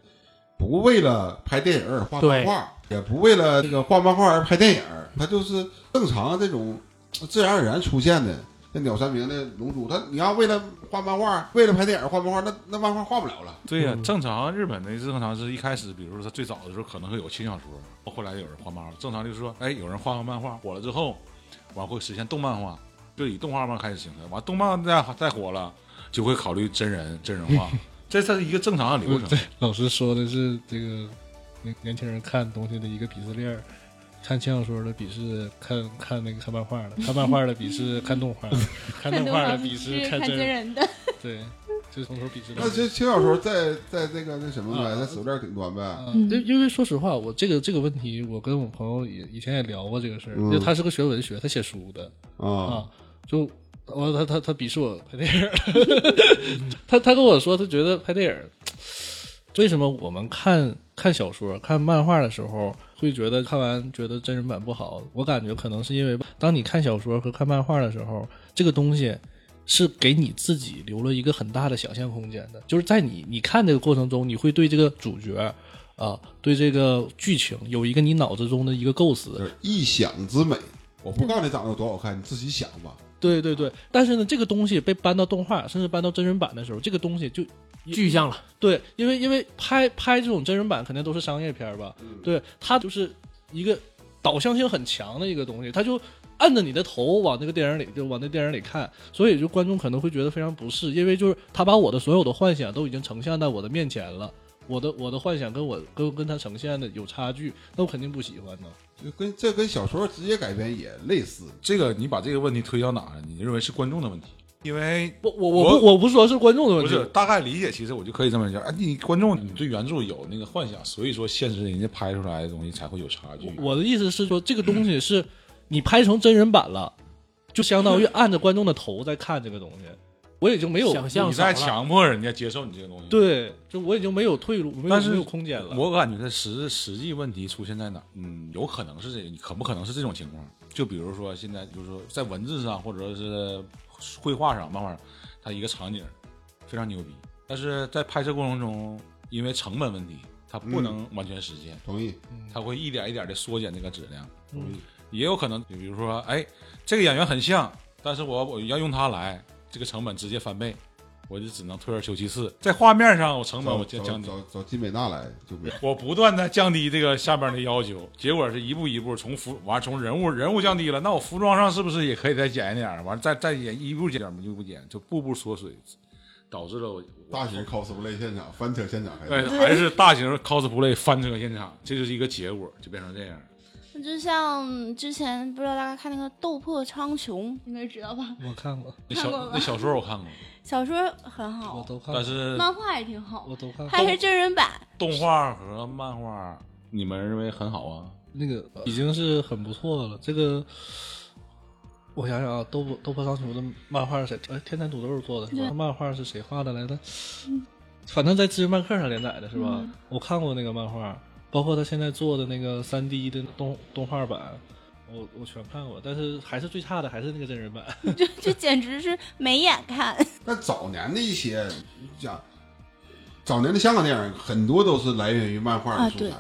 Speaker 1: 不为了拍电影而画漫画，也不为了这个画漫画而拍电影儿，它就是正常这种自然而然出现的。像鸟山明的《龙珠》，他你要为了画漫画，为了拍电影画漫画，那那漫画画不了了。
Speaker 3: 对呀、正常啊日本的正常是一开始，比如说他最早的时候可能会有轻小说，后来有人画漫画。正常就是说，哎，有人画个漫画火了之后，完会实现动漫化，就以动画漫开始形成。完动漫再再火了，就会考虑真人真人化，这这是一个正常的流程。
Speaker 5: 老师说的是这个年年轻人看东西的一个鄙视链儿，看轻小说的鄙视看看那个看漫画 的，看漫画的鄙视看动 画的，看动画的鄙视看真人，
Speaker 4: 人的，
Speaker 5: 对，就是从头鄙视到
Speaker 1: 那
Speaker 5: 尾。
Speaker 1: 这轻小说在在这个那什么呗，
Speaker 5: 啊
Speaker 1: 在食物链顶端呗。
Speaker 5: 啊，因因为说实话，我这个这个问题，我跟我朋友也以前也聊过这个事儿。
Speaker 1: 嗯
Speaker 5: 就他是个学文学，他写书的
Speaker 1: 啊，
Speaker 5: 啊，就我他他他鄙视我拍电影儿，他他跟我说，他觉得拍电影儿，为什么我们看看小说、看漫画的时候，会觉得看完觉得真人版不好？我感觉可能是因为，当你看小说和看漫画的时候，这个东西是给你自己留了一个很大的想象空间的，就是在你你看这个过程中，你会对这个主角啊、对这个剧情有一个你脑子中的一个构思
Speaker 1: 就。是异想之美。我不告诉你长得有多好看，你自己想吧。
Speaker 5: 对对对，但是呢，这个东西被搬到动画，甚至搬到真人版的时候，这个东西就
Speaker 2: 具象了，
Speaker 5: 对，因为因为拍拍这种真人版肯定都是商业片儿吧，
Speaker 1: 嗯
Speaker 5: 对，它就是一个导向性很强的一个东西，它就按着你的头往那个电影里就往那电影里看，所以就观众可能会觉得非常不适，因为就是他把我的所有的幻想都已经呈现在我的面前了。我的我的幻想跟我跟跟他呈现的有差距，那我肯定不喜欢呢。
Speaker 1: 就跟这跟小说直接改编也类似，
Speaker 3: 这个你把这个问题推到哪儿了？你认为是观众的问题？因为
Speaker 5: 我我我不我不说是观众的问
Speaker 3: 不
Speaker 5: 题，
Speaker 3: 是大概理解，其实我就可以这么讲。哎，你观众你对原著有那个幻想，所以说现实人家拍出来的东西才会有差距。
Speaker 5: 我的意思是说，这个东西是你拍成真人版了，就相当于按着观众的头在看这个东西，我已经没有
Speaker 2: 想象
Speaker 3: 你
Speaker 2: 少了
Speaker 3: 在强迫人家接受你这个东西。，
Speaker 5: 对，就我已经没有退路，没有
Speaker 3: 但是
Speaker 5: 没有空间了。
Speaker 3: 我感觉它实实际问题出现在哪儿？嗯，有可能是这，可不可能是这种情况？就比如说现在，就是说在文字上或者是绘画上，漫画上，它一个场景非常牛逼，但是在拍摄过程中，因为成本问题，它不能完全实现。
Speaker 1: 同意？
Speaker 3: 它会一点一点的缩减这个质量。
Speaker 1: 同意。
Speaker 3: 也有可能，比如说，哎，这个演员很像，但是我我要用他来，这个成本直接翻倍，我就只能退而求其次，在画面上我成本
Speaker 1: 找
Speaker 3: 我降
Speaker 1: 找
Speaker 3: 降低，
Speaker 1: 找找金美娜来就没
Speaker 3: 我不断的降低这个下边的要求，结果是一步一步从服完从人物人物降低了，那我服装上是不是也可以再减一点儿？完了再再减一步减一步减，就步步缩水，导致了我
Speaker 1: 大型 cosplay 现场翻车现场还
Speaker 3: 哎
Speaker 1: 是
Speaker 3: 还是大型 cosplay 翻车现场，这就是一个结果，就变成这样。
Speaker 4: 就像之前不知道大家看那个《斗破苍穹》，应该知道吧？
Speaker 5: 我看过，
Speaker 3: 那小
Speaker 4: 看过吗
Speaker 3: 那小说我看过，
Speaker 4: 小说很
Speaker 5: 我
Speaker 4: 好，
Speaker 5: 都看过
Speaker 3: 但，是
Speaker 4: 漫画也挺好
Speaker 5: 我，都看
Speaker 4: 拍
Speaker 5: 过。
Speaker 4: 成真人版。
Speaker 3: 动画和漫画，你们认为很好啊？
Speaker 5: 那个呃已经是很不错了。这个我想想啊，斗破斗破苍穹的漫画是谁？哎，天蚕土豆做的是吧？
Speaker 4: 对
Speaker 5: 漫画是谁画的来着？反正在知识漫客上连载的是吧？
Speaker 4: 嗯
Speaker 5: 我看过那个漫画，包括他现在做的那个三 D 的动动画版，我我全看过。但是还是最差的还是那个真人版。
Speaker 4: 就就简直是没眼看。
Speaker 1: 但早年的一些，你讲早年的香港电影很多都是来源于漫画的
Speaker 4: 啊
Speaker 1: 素
Speaker 4: 对
Speaker 1: 材，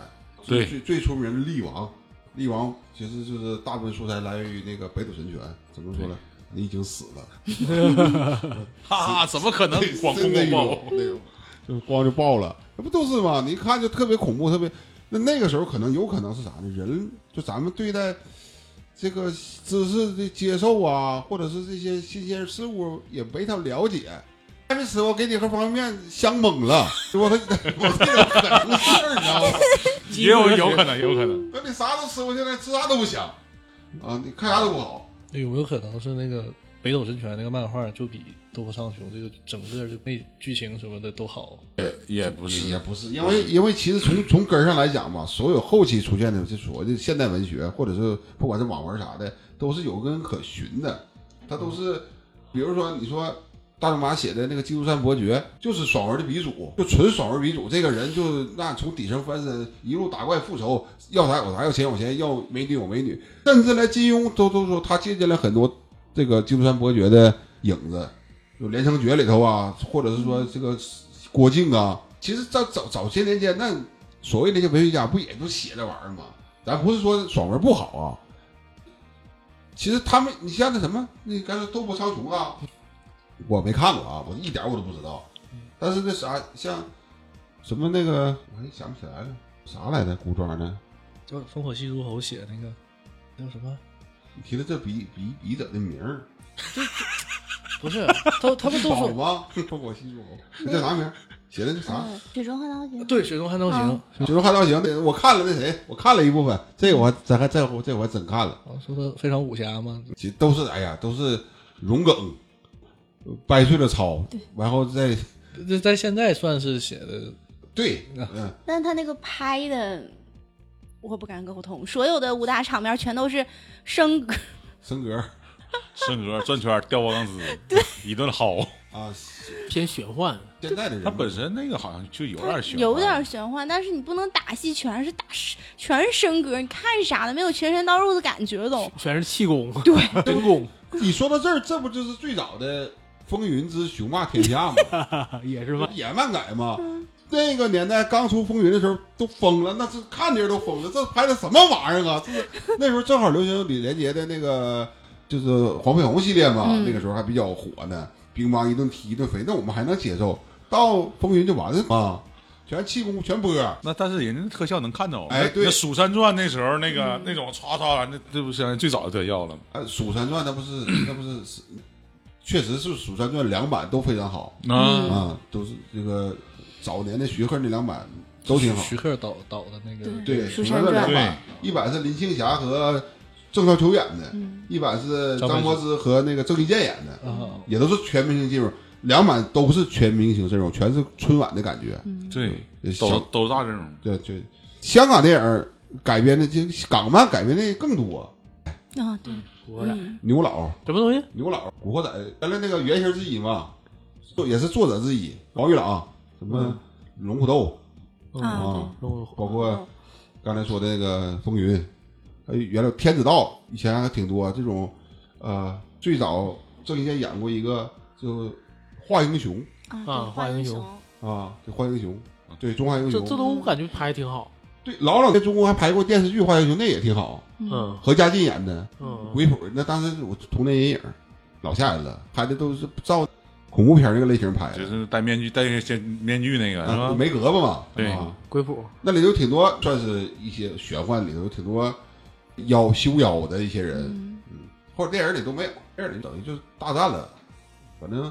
Speaker 3: 对
Speaker 1: 最最出名的《力王》，《力王》其实就是大部分素材来源于那个北斗神拳，怎么说呢？你已经死了，
Speaker 3: 哈哈，怎么 可能广空
Speaker 1: 那种
Speaker 3: 空爆？
Speaker 1: 那种， 就光就爆了，那不都是吗？你一看就特别恐怖，特别那那个时候可能有可能是啥呢？人就咱们对待这个知识的接受啊，或者是这些新鲜事物也没太了解。还没吃，我给你盒方便面香懵了，我他 我这个很出事儿，你知道吗？
Speaker 3: 也有有可能，有可能。
Speaker 1: 那你啥都吃，我现在吃啥都不香啊，你看啥都不好。
Speaker 5: 有没有可能是那个北斗神拳那个漫画就比斗破苍穹这个整个就那剧情什么的都好？
Speaker 3: 也不
Speaker 1: 也，不是，因为因为其实从从根儿上来讲吧，所有后期出现的这所谓的现代文学，或者是不管是网文啥的，都是有根可循的。它都是，比如说你说大仲马写的那个《基督山伯爵》，就是爽文的鼻祖，就纯爽文鼻祖。这个人就那从底层翻身，一路打怪复仇，要啥有啥，要钱有钱，要美女有美女，甚至来金庸都都说他借鉴了很多这个《基督山伯爵》的影子。有《连城诀》里头啊，或者是说这个郭靖啊，其实在早早些年间，那所谓那些文学家不也都写这玩意儿吗？咱不是说爽文不好啊，其实他们，你像那什么，那刚才《斗破苍穹》啊，我没看过啊，我一点我都不知道。但是那啥，像什么那个，我也想不起来了，啥来着？古装的，
Speaker 5: 就烽火戏诸侯写那个叫什么？
Speaker 1: 你提的这笔笔笔者的名儿，
Speaker 5: 不是，他他们都
Speaker 1: 好
Speaker 5: 说
Speaker 1: 吗？ 烽火戏诸侯，这啥名儿？写的是啥？
Speaker 4: 嗯，雪中悍刀行。
Speaker 5: 对《雪中悍刀行》
Speaker 4: 啊
Speaker 1: 《九州汉刀行》那我看了，那谁，我看了一部分，这个我还咱还这我这我还真看了，
Speaker 5: 啊，说他非常武侠嘛，
Speaker 1: 其实都是哎呀，都是融梗，呃掰碎了抄，然后再
Speaker 5: 这在现在算是写的
Speaker 1: 对，嗯，
Speaker 4: 但他那个拍的，我不敢苟同。所有的武打场面全都是升格，
Speaker 1: 升格
Speaker 3: 升格转圈掉包钢丝，一顿薅。
Speaker 1: 啊，
Speaker 2: 偏玄幻，
Speaker 1: 现在的人
Speaker 3: 他本身那个好像就有点悬，
Speaker 4: 有点玄幻，但是你不能打戏全是打全是升格，你看啥呢？没有全身到肉的感觉都。
Speaker 2: 全是气功，对， 真功
Speaker 1: 你说到这儿，这不就是最早的《风云之雄霸天下》吗？
Speaker 2: 啊也是漫
Speaker 1: 也漫改吗？那个年代刚出《风云》的时候都疯了，那是看的人都疯了，这拍的什么玩意儿啊？这是那时候正好流行李连杰的那个就是黄飞鸿系列嘛，
Speaker 4: 嗯
Speaker 1: 那个时候还比较火呢。乒乓一顿踢一顿飞，那我们还能接受。到风云就完了啊，全气功全播。
Speaker 3: 那但是人家特效能看到，
Speaker 1: 哎
Speaker 3: 那
Speaker 1: 对
Speaker 3: 那《蜀山传》那时候那个那种唰唰，那这不是最早的特效了吗？
Speaker 1: 哎，《蜀山传》那不是那不是是，确实是《蜀山传》两版都非常好
Speaker 3: 啊，
Speaker 1: 啊，都是这个早年的徐克那两版都挺好。
Speaker 5: 徐克导导的那个，
Speaker 1: 对，《
Speaker 4: 蜀
Speaker 1: 蜀
Speaker 4: 山
Speaker 1: 山传》
Speaker 4: 传
Speaker 1: 两版，一版是林青霞和郑少秋演的，
Speaker 4: 嗯
Speaker 1: 一版是
Speaker 5: 张
Speaker 1: 张柏
Speaker 5: 柏
Speaker 1: 芝和那个郑伊健演的，
Speaker 5: 啊，
Speaker 1: 也都是全明星阵容。两版都是全明星阵容，全是春晚的感觉。
Speaker 3: 对，
Speaker 1: 呃
Speaker 3: 都
Speaker 1: 小
Speaker 3: 都是大阵容。
Speaker 1: 对对，香港电影儿改编的这港漫改编的更多，
Speaker 4: 啊，对，
Speaker 2: 我俩
Speaker 4: 嗯，
Speaker 1: 牛佬
Speaker 2: 什么东西？
Speaker 1: 牛佬，古惑仔原来那个原型之一嘛，作也是作者之一，王玉朗，什么龙虎斗，
Speaker 2: 嗯
Speaker 4: 啊
Speaker 1: 啊
Speaker 2: 然后
Speaker 1: 包
Speaker 4: 哦
Speaker 1: 括刚才说的那个风云，还有原来天子道，以前还挺多这种，呃，最早郑伊健演过一个就画英雄
Speaker 4: 啊
Speaker 2: 啊
Speaker 4: 对，
Speaker 2: 画
Speaker 4: 英
Speaker 2: 英
Speaker 4: 雄
Speaker 2: 雄，
Speaker 1: 啊，对画英雄，对中华英
Speaker 2: 这这
Speaker 1: 雄，
Speaker 2: 都我感觉拍得挺好，
Speaker 1: 对老老在中国还拍过电视剧《画英雄》，那也挺好，
Speaker 2: 嗯
Speaker 1: 何家劲演的，
Speaker 2: 嗯，
Speaker 1: 鬼谱，那当时我童年阴影，老吓人了，拍的都是照恐怖片那个类型拍
Speaker 3: 就
Speaker 1: 的，
Speaker 3: 是戴面具、戴面面具那个是
Speaker 1: 啊
Speaker 3: 吧？
Speaker 1: 没胳膊嘛，
Speaker 3: 对
Speaker 1: 啊，
Speaker 2: 鬼谱
Speaker 1: 那里头挺多，算是一些玄幻里头有挺多妖修妖的一些人，嗯，或者电影里都没有，电影里等于就是大战了，反正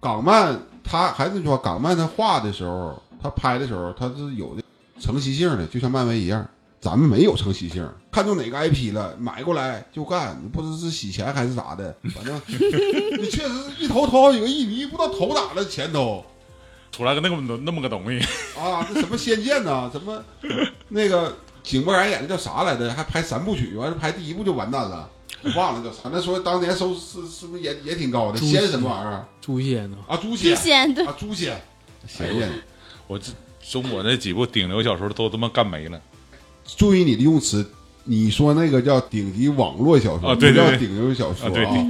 Speaker 1: 港漫他还是那句话，港漫他画的时候，他拍的时候，他是有的承袭性的，就像漫威一样。咱们没有承袭性，看中哪个 IP 了，买过来就干，你不知是洗钱还是咋的，反正 你确实是一头投好几个亿，你不知道投哪了钱都。
Speaker 3: 出来个那个那么个东西，
Speaker 1: 啊，那什么仙剑呐，什么那个井柏然演的叫啥来着？还拍三部曲，完了拍第一部就完蛋了，我忘了叫啥。那说当年收视是不是也也挺高的？
Speaker 2: 诛仙
Speaker 1: 仙什么玩意儿
Speaker 2: 诛仙呢？
Speaker 1: 啊？诛仙
Speaker 4: 诛仙对，
Speaker 1: 啊，诛 仙，哎仙剑。
Speaker 3: 我这中国那几部顶流小说都他妈干没了。
Speaker 1: 注意你的用词，你说那个叫顶级网络小说，
Speaker 3: 啊对对
Speaker 1: 不叫
Speaker 3: 对
Speaker 1: 顶流小说
Speaker 3: 啊对对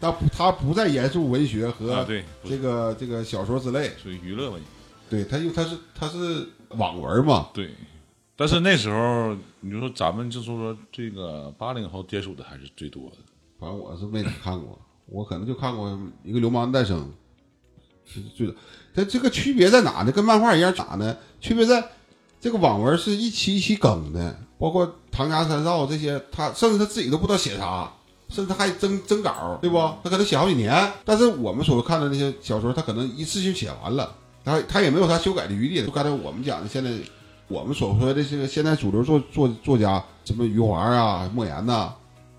Speaker 1: 它不它不在严肃文学
Speaker 3: 啊，
Speaker 1: 和
Speaker 3: 对，不
Speaker 1: 这
Speaker 3: 是
Speaker 1: 个这个小说之类，
Speaker 3: 属于娱乐文
Speaker 1: 对它又它是它是网文嘛，
Speaker 3: 对，但是那时候你就说咱们就是说这个八零后接触的还是最多的，
Speaker 1: 反正我是没咋看过，我可能就看过一个《流氓的诞生》，就是最早。它这个区别在哪呢？跟漫画一样咋呢？区别在这个网文是一期一期更的，包括《唐家三少》这些，他甚至他自己都不知道写啥，甚至他还征征稿，对不？他可能写好几年。但是我们所看的那些小说，他可能一次性写完了，他他也没有啥修改的余地。就刚才我们讲的，现在我们所说的这个现在主流作作作家，什么余华啊、莫言呐、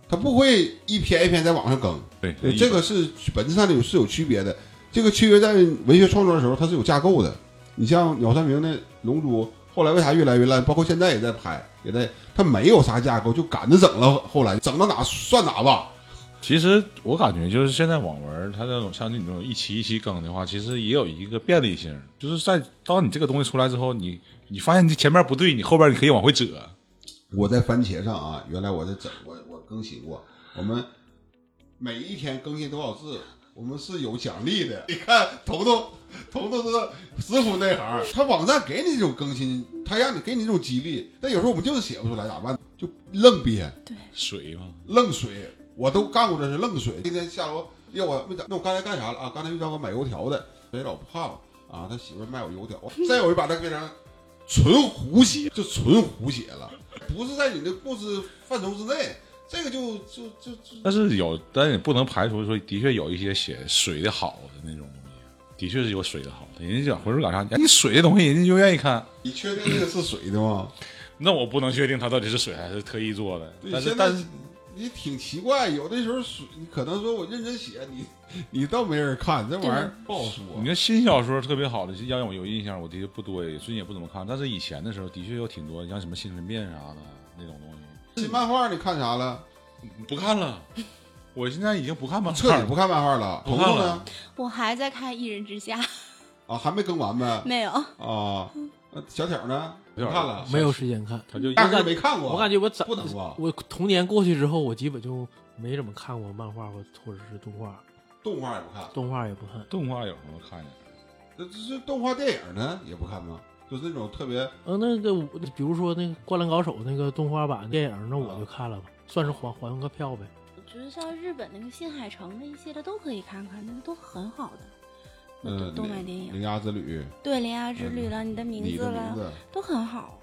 Speaker 1: 他不会一篇一篇在网上更，
Speaker 3: 对
Speaker 1: 对，这个是本质上的有是有区别的。这个区别在文学创作的时候，它是有架构的。你像鸟山明的《龙珠》，后来为啥越来越烂？包括现在也在拍，也在，它没有啥架构，就赶着整了。后来整到哪算哪吧。
Speaker 3: 其实我感觉就是现在网文儿，它这种像你这种一期一期更的话，其实也有一个便利性，就是在当你这个东西出来之后，你你发现你前面不对，你后边你可以往回折。
Speaker 1: 我在番茄上啊，原来我在整，我我更新过，我们每一天更新多少字，我们是有奖励的。你看，彤彤，彤彤是师傅那行，他网站给你这种更新，他让你给你这种激励，但有时候我们就是写不出来，咋办？就愣编，
Speaker 3: 水嘛，
Speaker 1: 愣水，我都干过这事，愣水。今天下楼，呀，我没咋，那我刚才干啥了啊？刚才遇到个买油条的，谁老怕了啊？他媳妇儿卖我油条，再有一把他变成纯胡写，就纯胡写了，不是在你的故事范畴之内。这个就就就就
Speaker 3: 但是有，但也不能排除说，的确有一些写水的好的那种东西，的确是有水的好的。人家讲回头赶上，哎你水的东西，人家就愿意看。
Speaker 1: 你确定这个是水的吗？
Speaker 3: 那我不能确定他到底是水还是特意做的，
Speaker 1: 对，
Speaker 3: 但是
Speaker 1: 现在
Speaker 3: 但是
Speaker 1: 你挺奇怪，有的时候水，你可能说我认真写，你你倒没人看，这玩意
Speaker 3: 啊
Speaker 1: 儿不好说。
Speaker 3: 你看新小说特别好的，让我有印象，我的确不多，最近也不怎么看。但是以前的时候，的确有挺多，像什么新神变啥的那种东西，
Speaker 1: 新漫画你看啥了？
Speaker 3: 不看了。我现在已经不看漫
Speaker 1: 彻
Speaker 3: 画
Speaker 1: 底不
Speaker 3: 了，
Speaker 1: 看漫画了。
Speaker 3: 不
Speaker 1: 彤
Speaker 3: 看
Speaker 1: 彤
Speaker 3: 了
Speaker 1: 呢？
Speaker 4: 我还在看《一人之下》，
Speaker 1: 啊，还没更完呗？
Speaker 4: 没有，
Speaker 1: 啊，那小挑呢？不
Speaker 3: 小挑
Speaker 1: 看了，
Speaker 2: 没有时间看，
Speaker 3: 他就
Speaker 1: 压根儿没看过。
Speaker 2: 我感觉我早
Speaker 1: 不能吧？
Speaker 2: 我童年过去之后，我基本就没怎么看过漫画或或者是动画，
Speaker 1: 动画也不看，
Speaker 2: 动画也不看。
Speaker 3: 动画有时候看一眼。
Speaker 1: 这这这动画电影呢也不看吗？就是那种特别
Speaker 2: 呃，那个我比如说那个《灌篮高手》那个动画版电影，那我就看了吧，算是还还个票呗。
Speaker 4: 我觉得像日本那个新海诚那一系列都可以看看，那个都很好的。
Speaker 1: 嗯，
Speaker 4: 都买电影
Speaker 1: 铃芽之旅》
Speaker 4: 对《铃芽之旅》了，你的名
Speaker 1: 你
Speaker 4: 字
Speaker 1: 的名
Speaker 4: 了，
Speaker 1: 字，
Speaker 4: 都很好。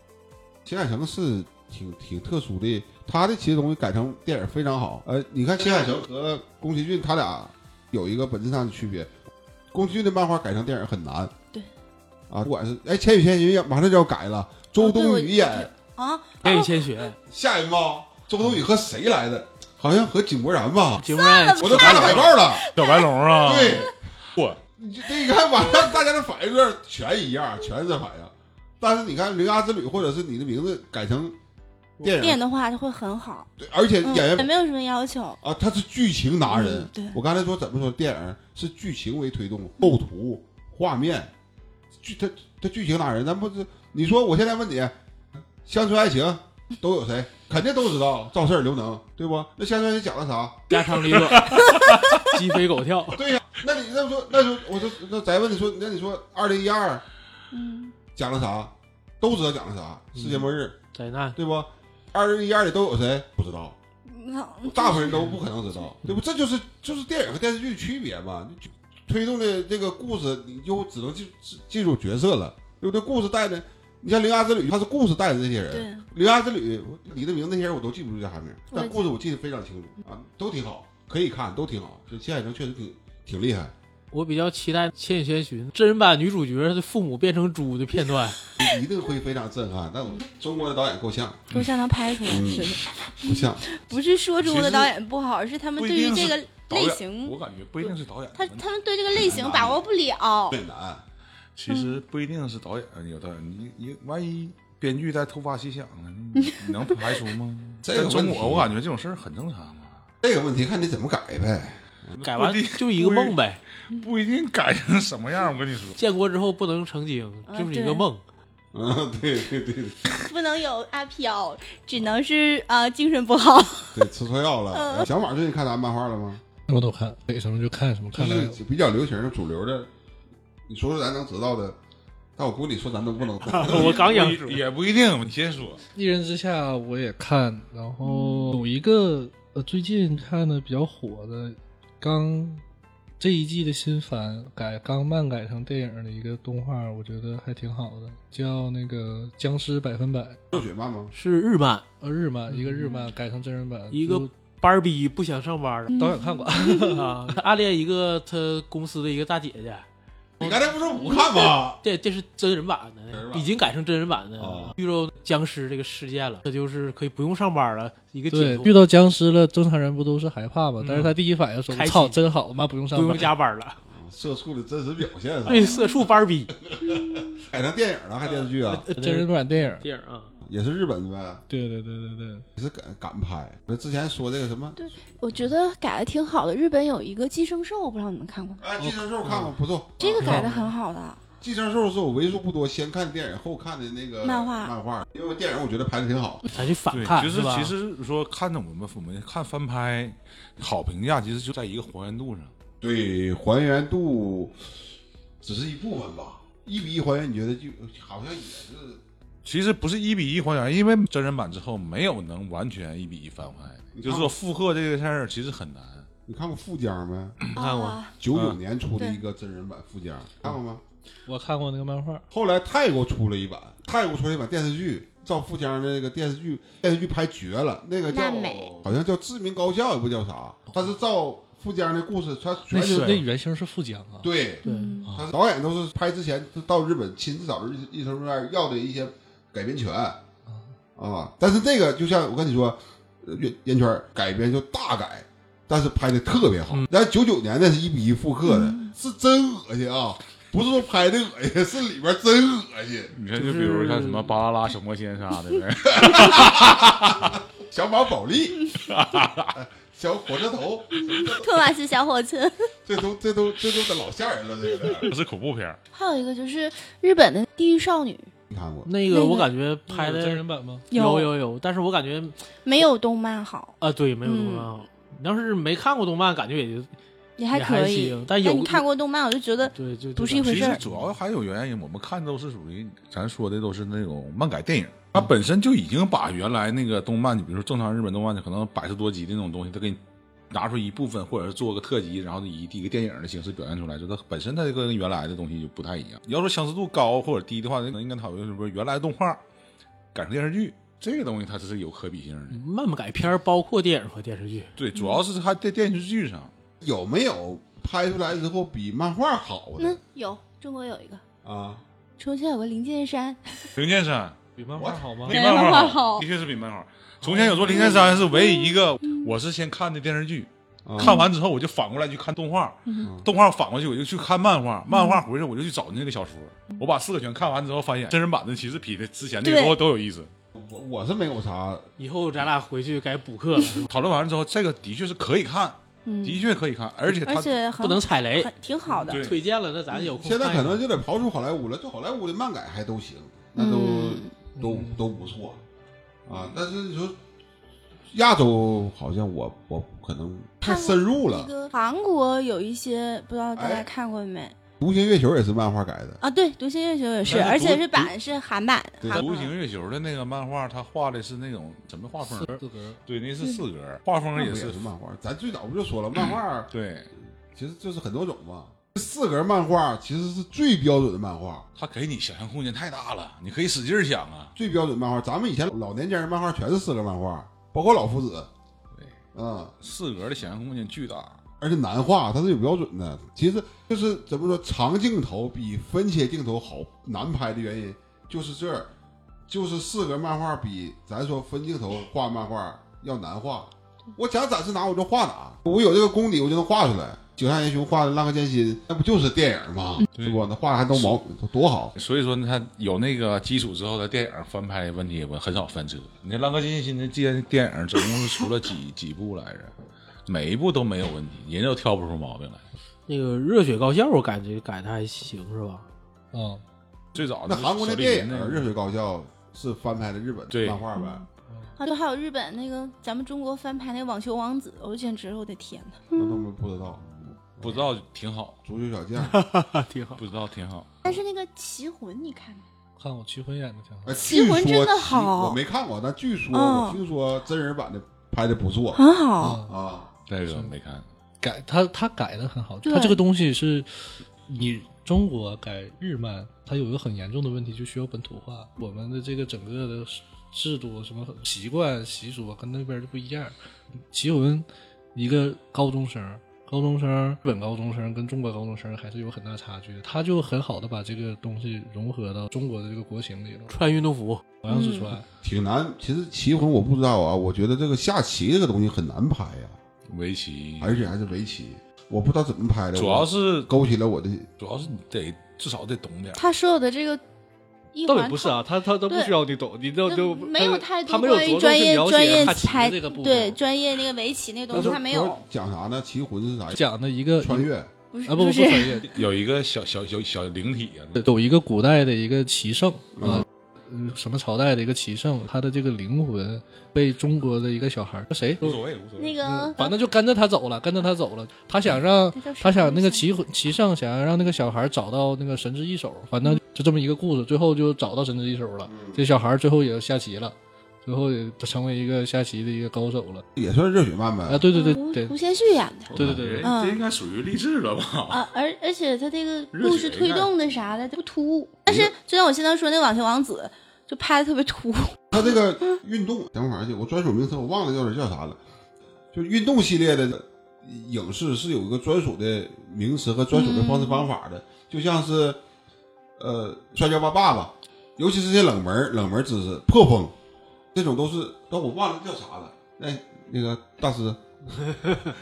Speaker 1: 情感城是挺挺特殊的，他的其实东西改成电影非常好。呃，你看秦海城和宫崎骏他俩有一个本质上的区别，宫崎骏的漫画改成电影很难。
Speaker 4: 对。
Speaker 1: 啊，不管是哎，《千与千寻》也马上就要改了，周
Speaker 4: 哦对
Speaker 1: 冬
Speaker 4: 我
Speaker 1: 雨
Speaker 4: 我
Speaker 1: 演
Speaker 4: 啊，
Speaker 2: 千与千寻》
Speaker 1: 吓人吗？周冬雨和谁来的？好像和井柏然吧，
Speaker 2: 节目上
Speaker 1: 我都看了海报了。
Speaker 3: 小白龙啊，
Speaker 1: 对，
Speaker 3: 我
Speaker 1: 你就那你看网上大家的反应有点全一样，全是反应。但是你看《铃芽之旅》或者是你的名字改成电
Speaker 4: 变
Speaker 1: 影，
Speaker 4: 的话就会很好，
Speaker 1: 对，而且
Speaker 4: 嗯，
Speaker 1: 演员
Speaker 4: 也没有什么要求。
Speaker 1: 啊，他是剧情达人。
Speaker 4: 嗯对
Speaker 1: 我刚才说怎么说，电影是剧情为推动，构图、画面，剧他他剧情达人。咱不是你说，我现在问你，《乡村爱情》都有谁？肯定都知道赵四儿、刘能，对不？那《乡村爱情》讲的啥？
Speaker 2: 家长里 短，鸡飞狗跳，
Speaker 1: 对呀、那你那说那说，我说那咱问你说，那你说二零一二
Speaker 4: 嗯，
Speaker 1: 讲了啥？都知道讲了啥？世界末日，
Speaker 2: 灾难。
Speaker 1: 对不？二零一二里都有谁？不知道。
Speaker 4: 那
Speaker 1: 大部分人都不可能知道，对不？这就是就是电影和电视剧的区别嘛。你就推动的这个故事，你就只能进进入角色了，对不对？故事带的，你像《铃芽之旅》，它是故事带的这些人，
Speaker 4: 对，
Speaker 1: 《铃芽之旅》李的名那些人我都记不住叫啥名，
Speaker 4: 我也
Speaker 1: 但
Speaker 4: 嗯
Speaker 1: 故事我记得非常清楚啊，都挺好，可以看，都挺好。就秦海城确实挺挺厉害。
Speaker 2: 我比较期待《千与千寻》真人版女主角的父母变成猪的片段。
Speaker 1: 一定会非常震撼，但我中国的导演够呛，
Speaker 4: 都像能拍出来
Speaker 1: 嗯
Speaker 4: 是的。
Speaker 1: 不像
Speaker 4: 不是说中国的导演不好，而是他们
Speaker 3: 不一
Speaker 4: 对于
Speaker 3: 定
Speaker 4: 这
Speaker 3: 是
Speaker 4: 个
Speaker 3: 导
Speaker 4: 类
Speaker 3: 演，
Speaker 4: 型，
Speaker 3: 我感觉不一定是导演
Speaker 4: 他
Speaker 3: 的问题，
Speaker 4: 他们对这个类型把握不了。
Speaker 1: 越南，
Speaker 3: 其实不一定是导演有导演，你你万一编剧在突发奇想呢，你你能排除 吗？
Speaker 1: 这
Speaker 3: 在
Speaker 1: 个
Speaker 3: 中
Speaker 1: 问题
Speaker 3: 国，我感觉这种事儿很正常啊，
Speaker 1: 这个问题看你怎么改呗。
Speaker 2: 改完
Speaker 3: 不一
Speaker 2: 就一个梦呗，
Speaker 3: 不一定改成什么样。我跟你说，
Speaker 2: 建国之后不能成精，
Speaker 4: 啊
Speaker 2: 就是一个
Speaker 4: 对
Speaker 2: 梦。
Speaker 1: 嗯，对对对对，
Speaker 4: 不能有阿飘，只能是啊、呃精神不好。
Speaker 1: 对吃错药
Speaker 4: 嗯
Speaker 1: 了。小马最近看咱漫画了吗？
Speaker 5: 我都看，给什么就看什么，
Speaker 1: 就
Speaker 5: 看来
Speaker 1: 是比较流行的主流的，你说说咱能知道的，但我估计你说咱都不 能。
Speaker 2: 我刚养
Speaker 3: 不一也不一定。你先说，
Speaker 5: 一人之下我也看，然后有一个呃最近看的比较火的，刚这一季的新番改刚漫改成电影的一个动画，我觉得还挺好的，叫那个《僵尸百分百》，
Speaker 1: 热血漫吗？
Speaker 2: 是日漫，
Speaker 5: 呃日漫一个日漫改成真人版，
Speaker 2: 一个
Speaker 5: 就
Speaker 2: 班儿逼不想上班
Speaker 5: 导演看过，
Speaker 2: 的 啊，他暗恋一个他公司的一个大姐姐，
Speaker 1: 你刚才不说不看吗？
Speaker 2: 这这是真人版
Speaker 1: 真人
Speaker 2: 的，
Speaker 1: 版
Speaker 2: 已经改成真人版的
Speaker 1: 哦，
Speaker 2: 遇到僵尸这个事件了，这就是可以不用上班了，一个解
Speaker 5: 对，
Speaker 2: 脱，
Speaker 5: 遇到僵尸了，正常人不都是害怕吗？但是他第一反应说：“
Speaker 2: 开
Speaker 5: 我
Speaker 2: 心
Speaker 5: 操，真好，妈不用上
Speaker 2: 不用
Speaker 5: 班。
Speaker 2: 加班了，
Speaker 1: 社畜的真实表现
Speaker 2: 对，
Speaker 1: 是吧？
Speaker 2: 社畜班儿逼
Speaker 1: 改成电影了还电视剧啊？
Speaker 5: 呃”真人版电影，
Speaker 2: 电影啊，
Speaker 1: 也是日本呗，
Speaker 5: 对对对对对，
Speaker 1: 也是敢敢拍。那之前说这个什么？
Speaker 4: 我觉得改的挺好的。日本有一个寄生兽，我不知道你们看过吗？
Speaker 1: 哎，寄生兽看过不错。
Speaker 4: 这个改的很好的。
Speaker 1: 寄生兽是我为数不多先看电影后看的那个
Speaker 4: 漫画
Speaker 1: 漫画，因为电影我觉得拍的挺好。
Speaker 2: 咱去反
Speaker 3: 对，
Speaker 2: 看
Speaker 3: 其实
Speaker 2: 吧
Speaker 3: 其？实说看着我们我们看翻拍，好评价其实就在一个还原度上。
Speaker 1: 对，还原度只是一部分吧，一比一还原，你觉得就好像也是
Speaker 3: 其实不是一比一还原，因为真人版之后没有能完全一比一翻拍的，就是说复刻这个事儿其实很难。
Speaker 1: 你看过《富江》没？
Speaker 2: 看过
Speaker 4: 啊
Speaker 1: 九九
Speaker 3: 啊
Speaker 1: 年出的
Speaker 4: 对
Speaker 1: 一个真人版《富江》，看过
Speaker 4: 嗯
Speaker 1: 吗？
Speaker 5: 我看过那个漫画，
Speaker 1: 后来泰国出了一版，泰国出了一版电视剧，照《富江》的那个电视剧，电视剧拍绝了，那个叫
Speaker 4: 娜美
Speaker 1: 好像叫《知名高校》，也不叫啥，它是照《富江》的故事，它
Speaker 5: 那
Speaker 1: 全
Speaker 5: 是
Speaker 1: 是
Speaker 5: 那原型是富江啊，
Speaker 1: 对，哦
Speaker 2: 对，
Speaker 4: 嗯
Speaker 1: 它是导演都是拍之前都到日本亲自找日艺术院要的一些改编权啊，但是这个就像我跟你说，呃圆圆圈改编就大改。但是拍的特别好，咱九九年的是一比一复刻的，是真恶心啊！不是说拍的恶心，是里边真恶心。
Speaker 3: 你看，就
Speaker 2: 就
Speaker 3: 是比如像什么《巴啦啦小魔仙》啥的 呗，
Speaker 1: 小马宝莉， 小火车头，
Speaker 4: 托马斯小火车。
Speaker 1: 这都这都这都得老吓人了，这个
Speaker 3: 不是恐怖片儿。
Speaker 4: 还有一个就是日本的《地狱少女
Speaker 1: 你看过？
Speaker 2: 那
Speaker 4: 那
Speaker 2: 个
Speaker 4: 个
Speaker 2: 我感觉拍
Speaker 5: 有真
Speaker 2: 的
Speaker 5: 人版吗？
Speaker 4: 有
Speaker 2: 有有，但是我感觉
Speaker 4: 没有动漫好，
Speaker 2: 啊，对，没有动
Speaker 4: 嗯
Speaker 2: 漫好。你要是没看过动漫，感觉也就
Speaker 4: 也还
Speaker 2: 也
Speaker 4: 可
Speaker 2: 还
Speaker 4: 以哎
Speaker 2: 行。但有
Speaker 4: 你看过动漫，我就觉得
Speaker 2: 对，就
Speaker 4: 不是
Speaker 2: 就
Speaker 4: 一回
Speaker 3: 其
Speaker 4: 事
Speaker 3: 实
Speaker 4: 儿。
Speaker 3: 主要还有原因，我们看都是属于咱说的都是那种漫改电影，它本身就已经把原来那个动漫，你比如说正常日本动漫，可能百十多集的那种东西，它给你拿出一部分，或者是做个特辑，然后以一个电影的形式表现出来，就它本身它跟原来的东西就不太一样。你要说相似度高或者低的话，那应该讨论是不是原来动画改成电视剧这个东西，它是有可比性的。
Speaker 2: 漫嗯改片儿包括电影和电视剧，
Speaker 3: 对，主要是它在电视剧上，
Speaker 1: 有没有拍出来之后比漫画好的、
Speaker 4: 嗯，有中国有一个，
Speaker 1: 啊？
Speaker 4: 重庆有个灵剑山，
Speaker 3: 《灵剑山》
Speaker 5: 比漫画好吗
Speaker 3: 比
Speaker 4: 对
Speaker 3: 漫
Speaker 4: 漫画
Speaker 3: 画
Speaker 4: 好
Speaker 3: 的确是比漫画好。从前有座《灵剑山》是唯一一个，
Speaker 4: 嗯
Speaker 3: 我是先看的电视剧，
Speaker 1: 啊
Speaker 3: 看完之后我就反过来去看动画，
Speaker 1: 嗯
Speaker 3: 动画反过去我就去看漫画，漫画回去我就去找那个小说。我把四个全看完之后，发现真人版的其实比的之前那个
Speaker 4: 对
Speaker 3: 都都有意思。
Speaker 1: 我我是没有啥，
Speaker 2: 以后咱俩回去该补课了，
Speaker 3: 讨论完了之后，这个的确是可以看，
Speaker 4: 嗯，
Speaker 3: 的确可以看，而且它
Speaker 4: 而且很
Speaker 2: 不能踩雷。
Speaker 4: 很挺好的，
Speaker 3: 对
Speaker 2: 推荐了，那咱有空
Speaker 1: 现在
Speaker 2: 看一
Speaker 1: 可
Speaker 2: 看
Speaker 1: 能就得刨出好莱坞了，就好莱坞的漫改还都行，那都、
Speaker 4: 嗯
Speaker 1: 都都不错啊。但是你说亚洲好像我我可能太深入
Speaker 4: 那
Speaker 1: 了，
Speaker 4: 个韩国有一些不知道大家
Speaker 1: 哎
Speaker 4: 看过没、
Speaker 1: 《独行月球》也是漫画改的，
Speaker 4: 啊？对，《独行月球》也是，
Speaker 3: 但是
Speaker 4: 而且
Speaker 3: 独
Speaker 4: 是版是韩版，
Speaker 1: 对
Speaker 4: 韩
Speaker 3: 《
Speaker 4: 国
Speaker 3: 独行月球》的那个漫画，它画的是那种什么画风啊
Speaker 5: 四？四格，
Speaker 3: 对，那是四格，画风
Speaker 1: 那
Speaker 3: 也
Speaker 1: 不也
Speaker 3: 是
Speaker 1: 是漫画。咱最早不就说了，漫画
Speaker 3: 对，
Speaker 1: 其实就是很多种嘛。四格漫画其实是最标准的漫画，
Speaker 3: 它给你想象空间太大了，你可以使劲儿想啊。
Speaker 1: 最标准漫画。咱们以前老年间的漫画全是四格漫画，包括老夫子，
Speaker 3: 对，
Speaker 1: 嗯，
Speaker 3: 四格的想象空间巨大，
Speaker 1: 而且难画它是有标准的。其实就是怎么说，长镜头比分切镜头好难拍的原因就是这儿，就是四格漫画比咱说分镜头画漫画要难画。我想展示哪我就画哪，我有这个功底我就能画出来。井上英雄画的《浪客剑心》，那不就是电影吗？
Speaker 3: 对
Speaker 1: 是不？那画的还都毛多好。
Speaker 3: 所以说呢它有那个基础之后，它电影翻拍的问题也不很少翻车。你看《浪客剑心》的电电影总共是出了几 几部来着？每一部都没有问题，人家都挑不出毛病来。
Speaker 2: 那个热血高校，我感觉改的还行，是吧？
Speaker 5: 嗯，
Speaker 3: 最早
Speaker 1: 那
Speaker 3: 是
Speaker 1: 韩国那
Speaker 3: 小
Speaker 1: 电
Speaker 3: 林
Speaker 1: 影
Speaker 3: 那
Speaker 1: 《
Speaker 3: 个
Speaker 1: 热血高校》是翻拍的日本
Speaker 3: 对
Speaker 1: 漫画呗，
Speaker 4: 啊，对，还有日本那个咱们中国翻拍那个《网球王子》，我简直我的天呐！
Speaker 1: 那他们不知道。
Speaker 3: 不知道挺好，
Speaker 1: 足球小将，
Speaker 2: 挺好。
Speaker 3: 不知道挺好。
Speaker 4: 但是那个《棋魂》，你看没？
Speaker 5: 看我曲魂演的挺好。
Speaker 1: 哎
Speaker 4: 棋魂
Speaker 1: 据
Speaker 4: 真
Speaker 1: 说
Speaker 4: 的
Speaker 1: 棋
Speaker 4: 好
Speaker 1: 我没看过，但据说、
Speaker 4: 嗯
Speaker 1: 我听说真人版的拍的不错
Speaker 4: 很好，
Speaker 5: 啊
Speaker 1: 啊。
Speaker 3: 这
Speaker 5: 是
Speaker 3: 个没看，
Speaker 5: 改他他改的很好，
Speaker 4: 对
Speaker 5: 他这个东西是你中国改日漫，它有一个很严重的问题，就需要本土化。我们的这个整个的制度、什么习惯、习俗啊跟那边就不一样。奇魂一个高中生，高中生日本高中生跟中国高中生还是有很大差距的，他就很好的把这个东西融合到中国的这个国情里了，
Speaker 2: 穿运动服，
Speaker 5: 好像是
Speaker 4: 嗯
Speaker 5: 穿。
Speaker 1: 挺难，其实棋魂我不知道啊，我觉得这个下棋这个东西很难拍呀、
Speaker 3: 围棋
Speaker 1: 而且还是围棋，我不知道怎么拍的。
Speaker 3: 主要
Speaker 1: 我
Speaker 3: 是
Speaker 1: 勾起了我的，
Speaker 3: 主要是你得至少得懂点儿。
Speaker 4: 他所有的这个一
Speaker 5: 倒也
Speaker 4: 环
Speaker 5: 不是
Speaker 4: 套
Speaker 5: 啊，他他都不
Speaker 4: 对
Speaker 5: 需要你懂，你都
Speaker 4: 就
Speaker 5: 就
Speaker 4: 没有太
Speaker 5: 他
Speaker 4: 多
Speaker 5: 没
Speaker 4: 关于
Speaker 5: 有着重
Speaker 4: 专
Speaker 5: 去
Speaker 4: 业
Speaker 5: 了解
Speaker 4: 专业
Speaker 5: 下棋的
Speaker 4: 才
Speaker 5: 这个部分啊
Speaker 4: 对专业那个围棋那个东西，他没有，
Speaker 1: 讲啥呢？棋魂是啥？
Speaker 5: 啊讲的一个
Speaker 1: 穿越
Speaker 4: 不是
Speaker 5: 啊不不
Speaker 4: 是
Speaker 5: 穿越，
Speaker 3: 有一个小小小小灵体啊，
Speaker 5: 有一个古代的一个棋圣啊，嗯，什么朝代的一个棋圣，他的这个灵魂被中国的一个小孩儿谁
Speaker 3: 无
Speaker 5: 都
Speaker 3: 所谓无所谓。
Speaker 4: 那
Speaker 1: 嗯
Speaker 4: 个
Speaker 5: 反正就跟着他走了，跟着他走了。他想让
Speaker 4: 那叫什
Speaker 5: 嗯他想
Speaker 4: 么
Speaker 5: 那个
Speaker 4: 来着
Speaker 5: 棋魂棋圣想要让那个小孩找到那个神之一手，反正就这么一个故事，最后就找到神之一手了。
Speaker 1: 嗯
Speaker 5: 这小孩最后也下棋了，最后也成为一个下棋的一个高手了。
Speaker 1: 也算是热血漫呗。
Speaker 5: 啊，对对对
Speaker 4: 胡
Speaker 5: 对
Speaker 4: 胡先煦演的
Speaker 5: 对对对
Speaker 4: 嗯
Speaker 3: 这应该属于励志了吧？
Speaker 4: 啊，而而且他这个
Speaker 3: 热
Speaker 4: 故
Speaker 3: 血
Speaker 4: 事
Speaker 3: 应
Speaker 4: 推
Speaker 3: 该
Speaker 4: 动的啥的它不突兀，但
Speaker 5: 嗯
Speaker 4: 是就像我现在说那个《网球王子》，就拍的特别突兀，
Speaker 1: 他这个运动，等会儿去，啊我专属名词我忘了叫叫啥了，就运动系列的影视是有一个专属的名词和专属的方式方法的，就像是呃摔跤吧爸爸，尤其是这些冷门冷门知识破风，这种都是，但我忘了叫啥了。哎，那个大师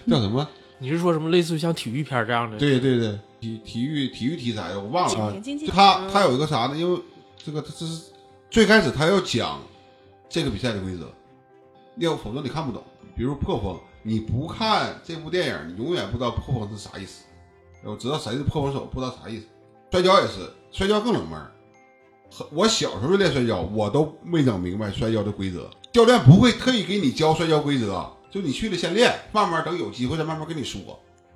Speaker 1: 叫什么？
Speaker 2: 你是说什么类似于像体育片这样的？
Speaker 1: 对对对，体体育体育题材的我忘了啊
Speaker 4: 经。济经济
Speaker 1: 就他
Speaker 4: 嗯
Speaker 1: 他有一个啥呢？因为这个这是最开始他要讲这个比赛的规则，要否则你看不懂。比如破风，你不看这部电影，你永远不知道破风是啥意思。我知道谁是破风手，不知道啥意思。摔跤也是，摔跤更冷门儿。很我小时候就练摔跤，我都没整明白摔跤的规则。教练不会特意给你教摔跤规则，啊就你去了先练，慢慢等有机会再慢慢跟你说。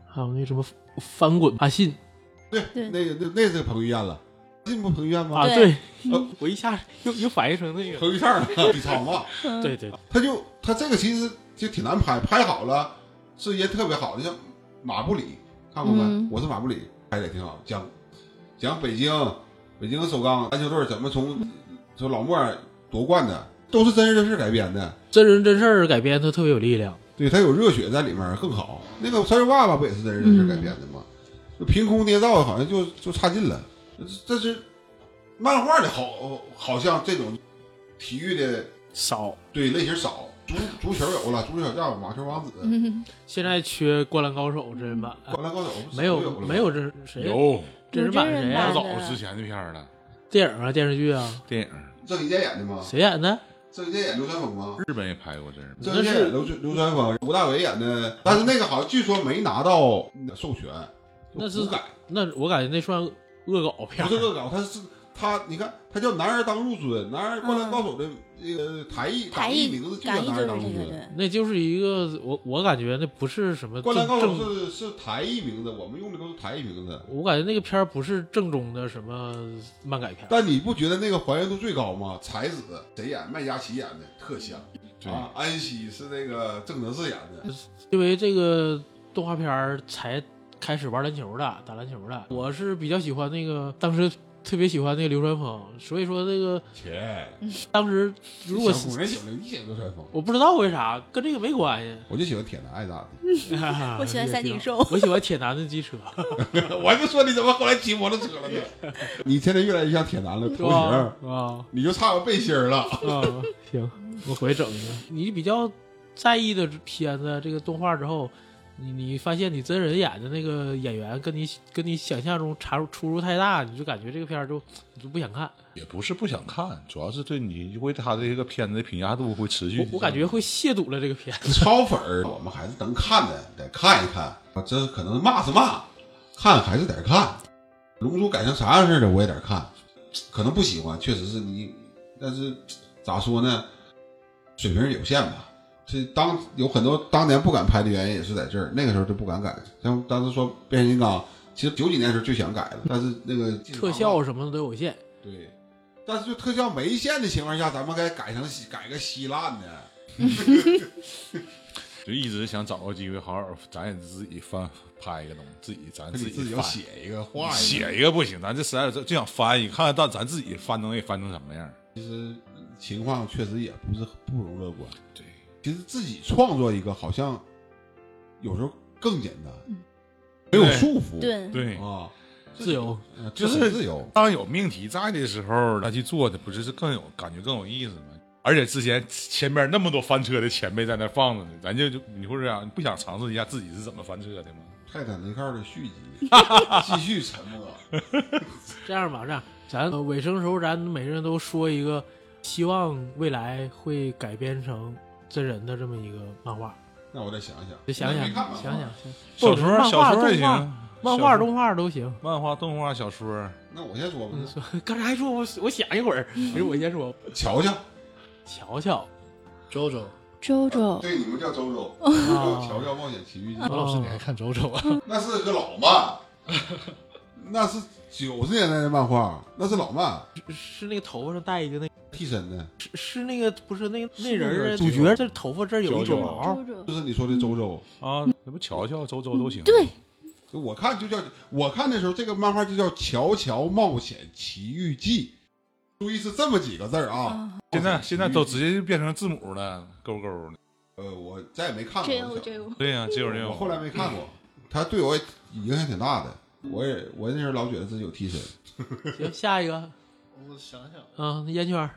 Speaker 2: 还有那什么翻滚阿信
Speaker 1: 对，
Speaker 4: 对
Speaker 1: 那个那那是彭于晏了，进不彭于晏吗？
Speaker 2: 啊，
Speaker 4: 哦对
Speaker 2: 对，
Speaker 4: 嗯
Speaker 2: 我一下又又反应成那个，
Speaker 1: 彭于
Speaker 4: 嗯
Speaker 1: 晏了，李沧嘛，
Speaker 2: 对对，
Speaker 1: 他就他这个其实就挺难拍，拍好了是一些特别好的，像马布里，看过没？
Speaker 4: 嗯
Speaker 1: 我是马布里，拍的也挺好，讲讲北京北京首钢篮球队怎么从从老莫夺冠的，都是真人真事改编的。
Speaker 2: 真人真事儿改编，它特别有力量。
Speaker 1: 对他有热血在里面更好。那个《三十爸爸》不也是真人真事改编的吗？就凭空捏造，好像就就差劲了。这是漫画的好，好像这种体育的
Speaker 3: 少
Speaker 1: 对类型少，足足球有了，足球小将、网球王子、
Speaker 4: 嗯，
Speaker 2: 现在缺《灌篮高手》真人版，啊
Speaker 1: 灌篮高手不是
Speaker 2: 没
Speaker 1: 有
Speaker 2: 有
Speaker 1: 了吗
Speaker 2: 没有真谁
Speaker 3: 有
Speaker 2: 真人版
Speaker 4: 有真
Speaker 2: 谁
Speaker 4: 人
Speaker 2: 呀
Speaker 4: 版
Speaker 3: 老
Speaker 4: 的？
Speaker 3: 早之前的片儿了，
Speaker 2: 电影啊，电视剧啊，
Speaker 3: 电影
Speaker 1: 郑伊健演的吗？
Speaker 2: 谁演的？
Speaker 1: 郑伊健演流川枫
Speaker 2: 嗯
Speaker 1: 吗？
Speaker 3: 日本也拍过，真是
Speaker 1: 郑伊健演流川流川枫，吴大维演的，但是那个好像据说没拿到授权，
Speaker 2: 那是
Speaker 1: 就胡改。
Speaker 2: 那我感觉那算恶搞片
Speaker 1: 不
Speaker 2: 儿
Speaker 1: 是，恶搞，他是他，你看他叫《男儿当入樽》，《男儿灌篮高手》的那个台译
Speaker 4: 嗯台
Speaker 1: 港
Speaker 4: 译
Speaker 1: 译名字就叫《
Speaker 4: 感应
Speaker 1: 男儿
Speaker 4: 就啊是
Speaker 1: 当入
Speaker 4: 这
Speaker 1: 樽》。
Speaker 4: 个对。
Speaker 2: 那就是一个我我感觉那不是什么
Speaker 1: 灌篮高
Speaker 2: 正
Speaker 1: 手
Speaker 2: 正，
Speaker 1: 是是台译名字，我们用的都是台译名字。
Speaker 2: 我感觉那个片儿不是正宗的什么漫改片儿。
Speaker 1: 但你不觉得那个还原度最高吗？才子谁演？麦嘉琪演的，特像
Speaker 3: 对
Speaker 1: 啊。安西是那个郑则仕演的，
Speaker 2: 因为这个动画片儿才开始玩篮球的，打篮球的。我是比较喜欢那个，当时特别喜欢那个流川枫，所以说这个
Speaker 1: 切，
Speaker 2: 当时如果
Speaker 1: 小古人喜欢一流川枫，
Speaker 2: 我不知道为啥跟这个没关系。
Speaker 1: 我就喜欢铁男爱咋
Speaker 4: 我喜欢三井寿
Speaker 2: 我喜欢铁男的机车，
Speaker 1: 的。 我就说你怎么后来骑摩托车了呢？你现在越来越像铁男了，
Speaker 2: 是
Speaker 1: 头型
Speaker 2: 吧？啊
Speaker 1: 你就差个背心儿了。
Speaker 2: 啊， 行，我回整一个。你比较在意的片子，这个动画之后。你你发现你真人演的那个演员跟你跟你想象中差出入太大，你就感觉这个片儿就你就不想看。
Speaker 3: 也不是不想看，主要是对你会他这个片子的评价度会持续
Speaker 2: 我。我感觉会亵渎了这个片子。
Speaker 1: 超粉儿，我们还是能看的，得看一看啊。这可能骂是骂，看还是得看。龙珠改成啥样似的，我也得看。可能不喜欢，确实是你，但是咋说呢，水平有限吧。这当有很多当年不敢拍的原因也是在这儿，那个时候就不敢改。像当时说变形金刚，其实九几年的时候就想改了，但是那个
Speaker 2: 特效什么的都有限。
Speaker 1: 对，但是就特效没限的情况下，咱们该改成稀改个稀烂的。
Speaker 3: 就一直想找个机会，好好咱也自己翻拍一个东西，自己咱
Speaker 1: 可你自己要
Speaker 3: 翻
Speaker 1: 写一个画一个，
Speaker 3: 写一个不行，咱这实在是就想翻译，看看到咱自己翻能给翻成什么样。
Speaker 1: 情况确实也不是不容乐观。
Speaker 3: 对，
Speaker 1: 其实自己创作一个好像有时候更简单，
Speaker 4: 嗯
Speaker 1: 没有
Speaker 3: 对
Speaker 1: 束缚，
Speaker 4: 对，
Speaker 2: 嗯
Speaker 3: 对，
Speaker 1: 啊，
Speaker 2: 自由，
Speaker 1: 呃
Speaker 3: 就是
Speaker 1: 这很自由。
Speaker 3: 当有命题在的时候，他去做的不是是更有感觉更有意思吗？而且之前前边那么多翻车的前辈在那放着呢，咱就就你会这样，你不想尝试一下自己是怎么翻车的吗？
Speaker 1: 泰坦尼克号的续 集继续沉默，
Speaker 2: 这样吧，这样咱呃尾声的时候，咱每个人都说一个，希望未来会改编成真人的这么一个漫画。
Speaker 1: 那我再想想，
Speaker 2: 就想想
Speaker 1: 没看漫画
Speaker 2: 想想，想
Speaker 3: 小
Speaker 2: 不
Speaker 3: 说
Speaker 2: 是漫
Speaker 3: 小
Speaker 2: 画
Speaker 3: 说也
Speaker 2: 动画
Speaker 3: 行，
Speaker 2: 漫
Speaker 3: 小
Speaker 2: 画、
Speaker 3: 说
Speaker 2: 动画都行。
Speaker 3: 漫画、动画、小说，啊
Speaker 1: 那我先说吧，
Speaker 2: 嗯，说刚才还说我我想一会儿，其实我先说，
Speaker 1: 瞧瞧，
Speaker 2: 瞧瞧，
Speaker 5: 周周，
Speaker 4: 周周，
Speaker 1: 对，你们叫周周，
Speaker 4: 哦
Speaker 1: 我
Speaker 2: 哦
Speaker 1: 叫乔乔冒险奇遇记，
Speaker 5: 王老师你还看周周啊？
Speaker 1: 那是个老漫，那是九十年代的漫画，那是老漫，
Speaker 2: 是是那个头发上戴一个那
Speaker 1: 替身的，
Speaker 2: 是是那个不是那那人
Speaker 1: 是那
Speaker 2: 儿
Speaker 1: 个
Speaker 2: 主角这头发这儿有
Speaker 3: 九
Speaker 2: 一撮
Speaker 3: 九
Speaker 2: 毛
Speaker 4: 周，周，
Speaker 1: 就是你说的周周。
Speaker 3: 啊，
Speaker 2: 嗯
Speaker 3: 那不乔乔、周周都行。
Speaker 4: 对，
Speaker 1: 就我看就叫我看的时候，这个漫画就叫《乔乔冒险奇遇记》，注意是这么几个字儿啊。
Speaker 4: 啊
Speaker 3: 现在现在都直接就变成字母了，勾勾的。
Speaker 4: 嗯
Speaker 1: 呃，我再也没看过。
Speaker 4: ，J
Speaker 1: 我
Speaker 4: O
Speaker 1: 想
Speaker 4: J O，
Speaker 3: 对呀、这有这有。
Speaker 1: 我后来没看过，
Speaker 4: 嗯
Speaker 1: 他对我影响挺大的。我也我那时候老觉得自己有替 身，
Speaker 2: 行，下一个，
Speaker 5: 我想想，
Speaker 2: 嗯，烟圈儿，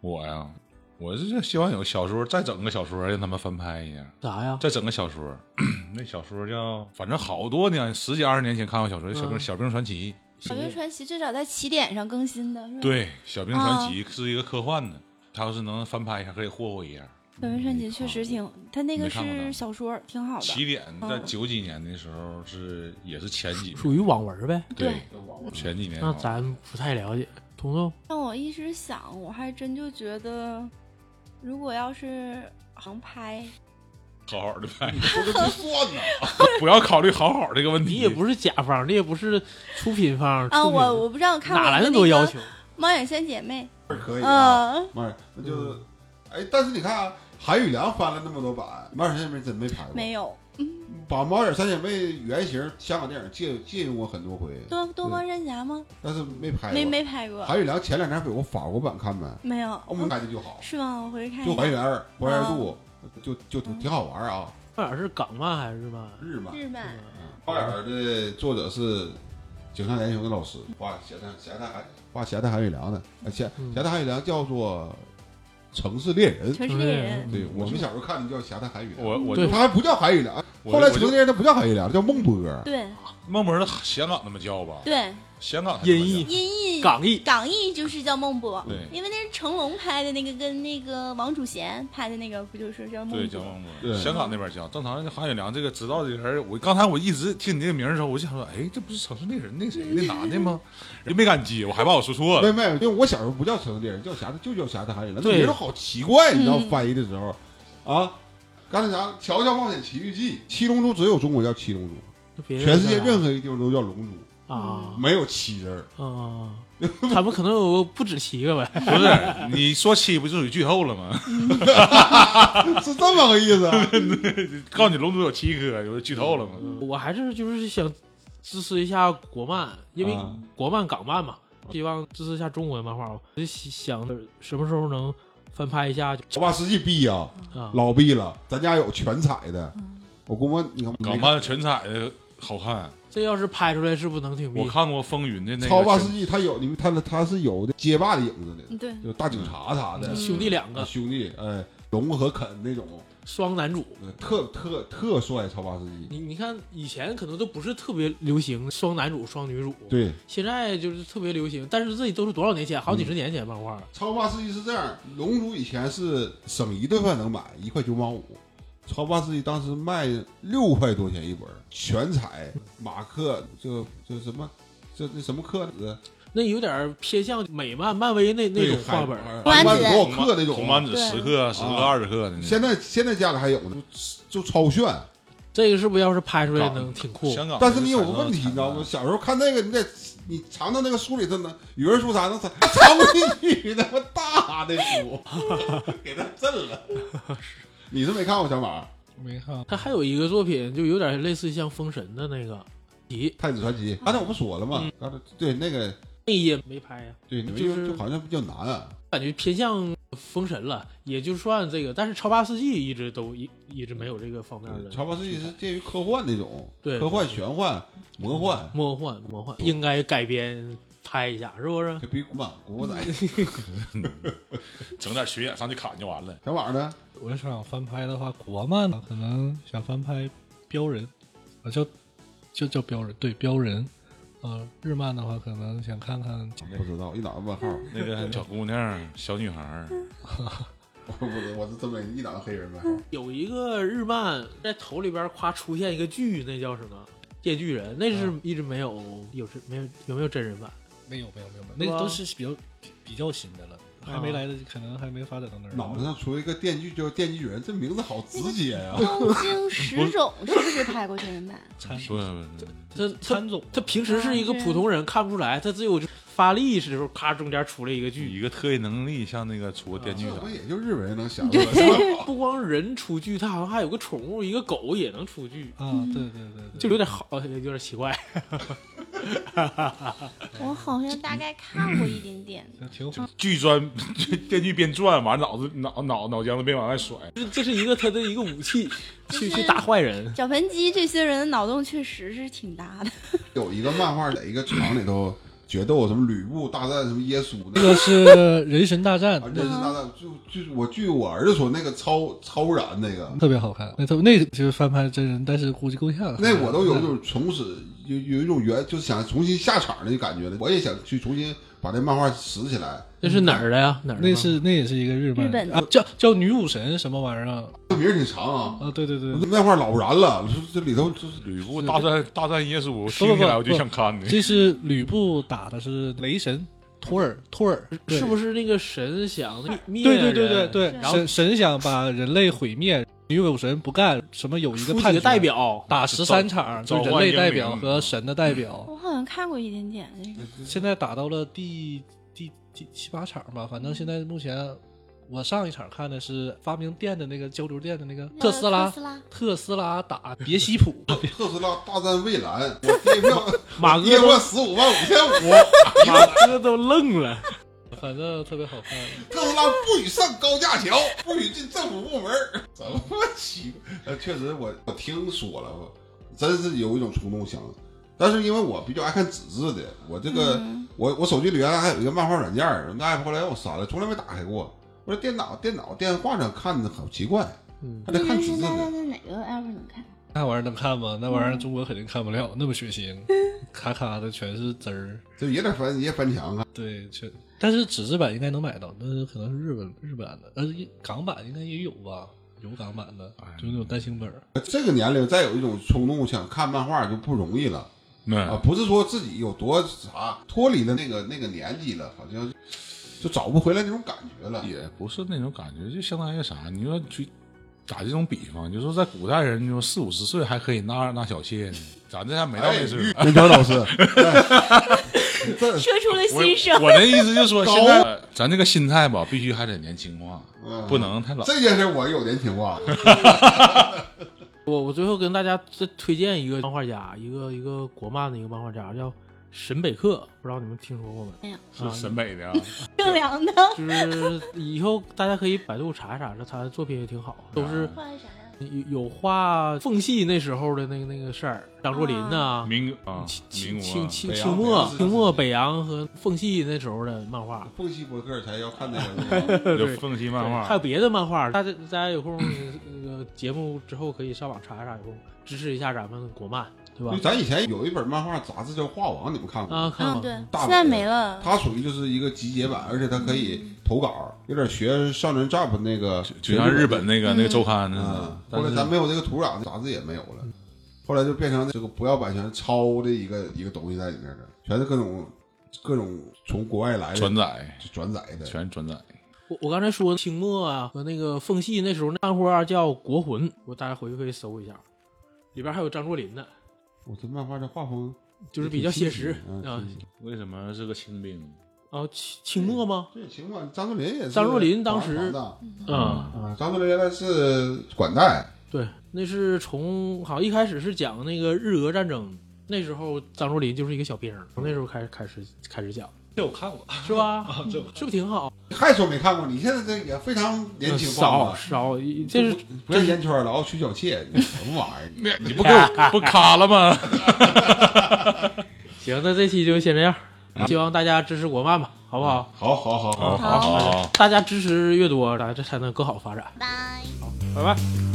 Speaker 3: 我呀，我是希望有小说再整个小说让他们翻拍一下，
Speaker 2: 啥呀？
Speaker 3: 再整个小说。 那小说叫，反正好多年，十几二十年前看过小说，小兵、
Speaker 2: 嗯
Speaker 3: 小兵传奇。
Speaker 4: 小兵传奇至少在起点上更新的，是吧？
Speaker 3: 对，小兵传
Speaker 2: 啊
Speaker 3: 奇是一个科幻的，他要是能翻拍一下，可以霍霍一下。
Speaker 4: 小兵传奇确实挺，他那个
Speaker 3: 没看过呢
Speaker 4: 是小说，挺好
Speaker 3: 起
Speaker 4: 的。
Speaker 3: 点在
Speaker 4: 嗯
Speaker 3: 九几年的时候是也是前几
Speaker 2: 属于网文儿呗。
Speaker 3: 对
Speaker 4: 对
Speaker 3: 前几年
Speaker 2: 那
Speaker 3: 啊。
Speaker 2: 咱不太了解，彤彤
Speaker 4: 但我一直想，我还真就觉得，如果要是航拍，
Speaker 3: 好好的拍，
Speaker 1: 说的不算呢。
Speaker 3: 不要考虑好好这个问题。
Speaker 2: 你也不是甲方，你也不是出品
Speaker 4: 啊，
Speaker 2: 方出品
Speaker 4: 我我不知道看
Speaker 2: 哪
Speaker 4: 我
Speaker 2: 来那
Speaker 4: 的
Speaker 2: 么多要求？
Speaker 4: 《猫眼三姐妹
Speaker 1: 可》以啊，
Speaker 4: 啊，
Speaker 1: 妈呀，那就哎，但是你看啊，韩宇良翻了那么多版，猫眼三姐妹真没拍过。
Speaker 4: 没有
Speaker 1: 把猫眼三姐妹原型香港电影借借用过很多回，
Speaker 4: 东东方神侠吗？
Speaker 1: 但是没拍过。
Speaker 4: 没没拍过，
Speaker 1: 韩宇良前两天有个法国版看没？
Speaker 4: 没有，
Speaker 1: 我们拍的就好，
Speaker 4: 嗯是吗？我回去看
Speaker 1: 就
Speaker 4: 一
Speaker 1: 还
Speaker 4: 下。
Speaker 1: 原还原度，就就挺好玩啊。
Speaker 2: 那哪是港漫还是日漫？
Speaker 1: 日漫，
Speaker 4: 日漫
Speaker 1: 猫眼儿的作者是井上研雄的老师，画咸蛋咸蛋韩画咸蛋韩语良的，呃咸
Speaker 2: 嗯
Speaker 1: 咸蛋韩语良叫做《城市猎人》。
Speaker 4: 全是猎人，
Speaker 1: 对我们小时候看的叫咸蛋韩语良，
Speaker 3: 我我
Speaker 2: 对
Speaker 3: 就
Speaker 1: 他还不叫韩语良，
Speaker 3: 我
Speaker 1: 后来
Speaker 3: 我就
Speaker 1: 成年人他不叫韩语良，叫孟波。
Speaker 4: 对
Speaker 3: 孟博是香港那么叫吧？
Speaker 4: 对，
Speaker 3: 香港
Speaker 2: 音
Speaker 3: 译。
Speaker 2: 译、
Speaker 4: 音译
Speaker 2: 港译，
Speaker 4: 港译就是叫孟博，
Speaker 3: 对
Speaker 4: 因为那是成龙拍的那个，跟那个王祖贤拍的那个，不就是叫
Speaker 3: 对，
Speaker 4: 孟
Speaker 3: 叫
Speaker 4: 博？
Speaker 3: 孟博
Speaker 1: 对，
Speaker 3: 香港那边叫。正常韩雪良这个知道这个人，我刚才我一直听你这个名儿的时候，我就想说，哎，这不是城市猎人那谁那男的吗？人没敢接，我还怕我说错
Speaker 1: 没
Speaker 3: 了。
Speaker 1: 没，因为我小时候不叫城市猎人，叫啥就叫侠的韩语良，那
Speaker 2: 对
Speaker 1: 名儿好奇怪，你知道
Speaker 4: 嗯
Speaker 1: 翻译的时候啊。刚才啥《乔乔冒险奇遇记》《七龙珠》只有中国叫七龙珠，
Speaker 2: 别人
Speaker 1: 全世界
Speaker 2: 的
Speaker 1: 任何一个地方都叫龙珠，
Speaker 2: 啊，
Speaker 1: 没有七人儿。
Speaker 2: 嗯，他们可能有不止七个呗。
Speaker 3: 不是，你说七不就属于剧透了吗？
Speaker 1: 是这么个意思啊？
Speaker 3: 告诉你，龙珠有七颗，有剧透了吗？
Speaker 1: 嗯
Speaker 2: 我还是就是想支持一下国漫，因为
Speaker 1: 啊
Speaker 2: 国漫港漫嘛，希望支持一下中国漫画。我就想着什么时候能翻拍一下
Speaker 1: 我
Speaker 2: 就
Speaker 1: 把世纪逼呀、
Speaker 2: 啊，嗯
Speaker 1: 老逼了，咱家有全彩的。我估摸你看
Speaker 3: 港漫全彩的好看，
Speaker 2: 这要是拍出来是不是能挺
Speaker 3: 我
Speaker 2: 逼？
Speaker 3: 看过风云的那个
Speaker 1: 超霸
Speaker 3: 全
Speaker 1: 世纪，他有你们他他是有的街霸的影子的，
Speaker 4: 对，
Speaker 1: 就大警察啥的、
Speaker 2: 兄弟两个，
Speaker 1: 兄弟，哎，龙和肯那种，
Speaker 2: 双男主。
Speaker 1: 呃特特特帅超霸世纪。
Speaker 2: 你你看，以前可能都不是特别流行双男主、双女主，
Speaker 1: 对，
Speaker 2: 现在就是特别流行。但是这都是多少年前，好几
Speaker 1: 嗯
Speaker 2: 十年前漫画。
Speaker 1: 超霸世纪是这样，龙珠以前是省一顿饭能买，一块九毛五。超霸世纪当时卖六块多钱一本，全彩马克，这这什么，这这什么克子？
Speaker 2: 那有点偏向美漫、漫威那那种
Speaker 1: 对
Speaker 2: 画本，
Speaker 1: 海
Speaker 4: 红丸子
Speaker 1: 多少克那种？
Speaker 3: 红丸子
Speaker 4: 对
Speaker 3: 十克、十克、
Speaker 1: 啊
Speaker 3: 二十克的那
Speaker 1: 现
Speaker 3: 个。
Speaker 1: 在现在家里还有呢，就就超炫。
Speaker 2: 这个是不是要是拍出来能挺酷？
Speaker 3: 香港，
Speaker 1: 但是你有个问题，你知道吗？？小时候看那个，你得你尝到那个书里头呢，语文书啥能尝尝不进去，那么大的书， 给他震 了。你是没看过小马
Speaker 5: 没看
Speaker 2: 他还有一个作品，就有点类似像《封神》的那个，咦，
Speaker 1: 《太子传
Speaker 2: 啊
Speaker 1: 奇》？刚才我不说了吗？刚才对那个
Speaker 2: 那也没拍呀、
Speaker 1: 对，就
Speaker 2: 嗯就是
Speaker 1: 就好像比较难啊。
Speaker 2: 感觉偏向《封神》了，也就算这个。但是《超八世纪》一直都一一直没有这个方面的
Speaker 1: 《超凡世纪》是介于科幻那种，
Speaker 2: 对
Speaker 1: 科幻、玄幻、魔幻，
Speaker 2: 魔幻，魔幻应该改编拍一下，是不是？
Speaker 1: 这比古曼古惑仔。
Speaker 2: 嗯
Speaker 3: 啊整点血眼上去砍就完了。
Speaker 1: 小马呢？
Speaker 5: 我要想翻拍的话，国漫可能想翻拍《镖人》，啊，叫就叫《镖人》，对，《镖人》。呃，日漫的话，可能想看看，
Speaker 1: 不知道，一脑袋问号。
Speaker 3: 那个小姑娘、小女孩儿，
Speaker 1: 我不知道，我是真没一脑袋黑人问号。
Speaker 2: 有一个日漫在头里边夸出现一个剧，那叫什么？电锯人，那
Speaker 5: 嗯
Speaker 2: 是一直没有有真没有有没有真人版？
Speaker 5: 没有没有没有，
Speaker 2: 没有
Speaker 5: 那都是比较比较新的了，还没来得及，可能还没发展到那儿。
Speaker 1: 脑袋上出一个电锯，叫电锯人，这名字好直接呀、
Speaker 4: 东京十种是不是拍过真人版？
Speaker 5: 参
Speaker 3: 不
Speaker 2: 他他
Speaker 5: 参总
Speaker 2: 他平时是一
Speaker 4: 嗯
Speaker 2: 个普通人，看不出来，他只有发力时候，咔中间出来一个剧。
Speaker 3: 一个特异能力，像那个出过电锯
Speaker 1: 这
Speaker 3: 侠
Speaker 1: 不，也就日本人能想出来
Speaker 5: 嗯
Speaker 1: 是吧？
Speaker 2: 不光人出剧，他好像还有个宠物，一个狗也能出剧，
Speaker 5: 啊，对对对对，
Speaker 2: 就有点好，有点奇怪。
Speaker 4: 我好像大概看过一点点。
Speaker 5: 就挺好。
Speaker 3: 锯钻，电锯边转，完脑子脑脑脑浆子边往外甩。
Speaker 2: 这这是一个他的一个 武器，
Speaker 4: 就
Speaker 2: 去
Speaker 4: 是
Speaker 2: 去打坏人。
Speaker 4: 脚盆肌这些人的脑洞确实是挺大的，
Speaker 1: 有一个漫画在一个厂里头决斗，什么吕布大战什么耶稣
Speaker 5: 这
Speaker 1: 那个
Speaker 5: 个是人神大战
Speaker 1: 啊，，认识大战，就就我据我儿子说，那个超超燃那个，
Speaker 5: 特别好看。那特那个就是翻拍真人，但是估计够呛。
Speaker 1: 那我都
Speaker 5: 嗯
Speaker 1: 有一种从此有有一种原就是想重新下场的感觉了。我也想去重新把这漫画拾起来，
Speaker 2: 那是哪儿的呀？哪儿的？
Speaker 5: 那是那也是一个日漫，
Speaker 4: 日本的
Speaker 5: 啊，叫叫女武神什么玩意儿啊？
Speaker 1: 这名儿挺长啊。
Speaker 5: 啊，对对对，
Speaker 1: 那画老燃了，这这里头就是
Speaker 3: 吕布大战大战耶稣，我听起来我就想看 呢。
Speaker 5: 这是吕布打的是雷神托尔托尔，对
Speaker 2: 是不是那个神想灭灭
Speaker 5: 对对对对
Speaker 2: 人啊
Speaker 5: 对，
Speaker 2: 然后
Speaker 5: 神神想把人类毁灭，女武神不干，什么有一个
Speaker 2: 出
Speaker 5: 啊判
Speaker 2: 几个
Speaker 5: 决
Speaker 2: 代表？
Speaker 5: 打十三场，就
Speaker 3: 召
Speaker 5: 人
Speaker 3: 唤
Speaker 5: 类
Speaker 3: 英
Speaker 5: 代
Speaker 3: 灵
Speaker 5: 表和神的代
Speaker 2: 嗯
Speaker 5: 表，
Speaker 4: 我好像看过一点点那个。
Speaker 5: 现在打到了第第第七八场吧，反正现在目前我上一场看的是发明电的那个交流电的那个
Speaker 4: 那
Speaker 5: 特
Speaker 4: 个
Speaker 5: 斯拉
Speaker 4: 特，斯拉
Speaker 5: 特斯拉打别西 普，
Speaker 1: 特斯拉大战蔚蓝，我跌票，
Speaker 2: 马
Speaker 1: 我
Speaker 2: 哥
Speaker 1: 跌
Speaker 2: 都
Speaker 1: 破十五万五千五，
Speaker 2: 马哥都愣了。
Speaker 5: 反正特别好看。
Speaker 1: 特斯拉不许上高架桥， 不许进政府部门儿，怎么奇怪？呃，确实我我听说了，我真是有一种冲动想，但是因为我比较爱看纸质的，我这个、
Speaker 4: 嗯
Speaker 1: 我我手机里原来还有一个漫画软件儿，那 app 后来我删了，从来没打开过。我说电脑、电脑、电话上看的好奇怪，
Speaker 2: 嗯，
Speaker 1: 还得看纸
Speaker 4: 现
Speaker 1: 质
Speaker 4: 在
Speaker 1: 的
Speaker 4: 在。哪个 app 能看？
Speaker 5: 那玩意儿能看吗？那玩
Speaker 2: 嗯
Speaker 5: 意儿中国肯定看不了，那么血腥，咔咔的全是汁儿。
Speaker 1: 就也得翻也翻墙啊。
Speaker 5: 对，全，但是纸质版应该能买到，但是可能是日本日版的，呃，港版应该也有吧，有港版的，就那种单行本儿。
Speaker 1: 这个年龄再有一种冲动想看漫画就不容易了啊！
Speaker 3: 嗯，
Speaker 1: 不是说自己有多啥，脱离了那个那个年纪了，好像就找不回来那种感觉了。
Speaker 3: 也不是那种感觉，就相当于啥？你说去打这种比方，就说在古代人，就说四五十岁还可以纳纳小妾呢，咱这还没到那岁数。
Speaker 1: 任强老师，这
Speaker 4: 说出了
Speaker 3: 我
Speaker 4: 心声。
Speaker 3: 我的意思就是说，
Speaker 1: 高
Speaker 3: 现在咱这个心态吧，必须还得年轻化，
Speaker 1: 嗯
Speaker 3: 不能太老。
Speaker 1: 这件事我有年轻化，
Speaker 2: 我我最后跟大家再推荐一个漫画家，一个一个国漫的一个漫画家叫沈北克，不知道你们听说过吗？
Speaker 4: 没有
Speaker 3: 是审美的啊，
Speaker 4: 正良的
Speaker 2: 就是以后大家可以百度查一查，这他的作品也挺好，都是
Speaker 4: 画的啥呀？
Speaker 2: 有有画缝隙那时候的那个那个事儿，张作霖呐、
Speaker 3: 民国啊，
Speaker 2: 清
Speaker 3: 民
Speaker 2: 清
Speaker 3: 国
Speaker 2: 清
Speaker 3: 啊
Speaker 1: 北洋北洋
Speaker 2: 清清末清末北洋和缝隙那时候的漫画，
Speaker 1: 缝隙博客才要看那个。
Speaker 3: 有
Speaker 2: 对
Speaker 3: 缝隙漫
Speaker 2: 还有
Speaker 3: 画，
Speaker 2: 别的漫画，大家大家有空那个节目之后可以上网查一查，有空支持一下咱们国漫，对吧
Speaker 1: 就？咱以前有一本漫画杂志叫《画王》，你们看过吗？
Speaker 2: 啊，看
Speaker 4: 嗯，
Speaker 2: 过、
Speaker 4: 对，
Speaker 1: 大
Speaker 4: 现在
Speaker 1: 本
Speaker 4: 没
Speaker 3: 啊
Speaker 4: 了。
Speaker 1: 它属于就是一个集结版，而且它可以投稿，有点学上人 Jump 那个，
Speaker 3: 就像日本那个那个
Speaker 4: 嗯
Speaker 3: 周刊似的
Speaker 1: 啊。。后
Speaker 3: 但
Speaker 1: 来
Speaker 3: 是
Speaker 1: 咱没有这个土壤，杂志也没有了，后来就变成这个不要版权抄的一个一个东西在里面了，全是各种各种从国外来的
Speaker 3: 转载
Speaker 1: 转载的。
Speaker 3: 全是转载，
Speaker 2: 我我刚才说清末啊和那个缝隙那时候那漫画叫《国魂》，我大家回去可以搜一下，里边还有张作霖呢，
Speaker 1: 我这漫画这画风
Speaker 2: 就是比较写实
Speaker 1: 嗯
Speaker 2: 啊
Speaker 1: 挺
Speaker 3: 为什么是个清兵？
Speaker 2: 啊清清末吗？
Speaker 1: 这情况，张作霖也是
Speaker 2: 张作霖当时
Speaker 1: 华的
Speaker 2: 嗯。
Speaker 1: 啊，张作霖原来是管带，
Speaker 2: 对，那是从好像一开始是讲那个日俄战争，那时候张作霖就是一个小兵儿，从那时候开始开始开始讲，
Speaker 5: 这我看过，
Speaker 2: 是吧？是不是挺好？啊
Speaker 1: 还说没看过？你现在这也非常年轻化
Speaker 2: 呃少
Speaker 1: 嘛，
Speaker 2: 少，这是
Speaker 1: 不要烟圈了，哦，娶小妾，你什么 玩意儿？
Speaker 3: 你不给我不卡了吗？
Speaker 2: 行，那这期就先这样，希望大家支持国漫吧，好不好？
Speaker 1: 好好好好。
Speaker 3: 好好好。
Speaker 2: 大家支持越多，咱这才能更好发展。
Speaker 4: 拜。
Speaker 2: 拜拜。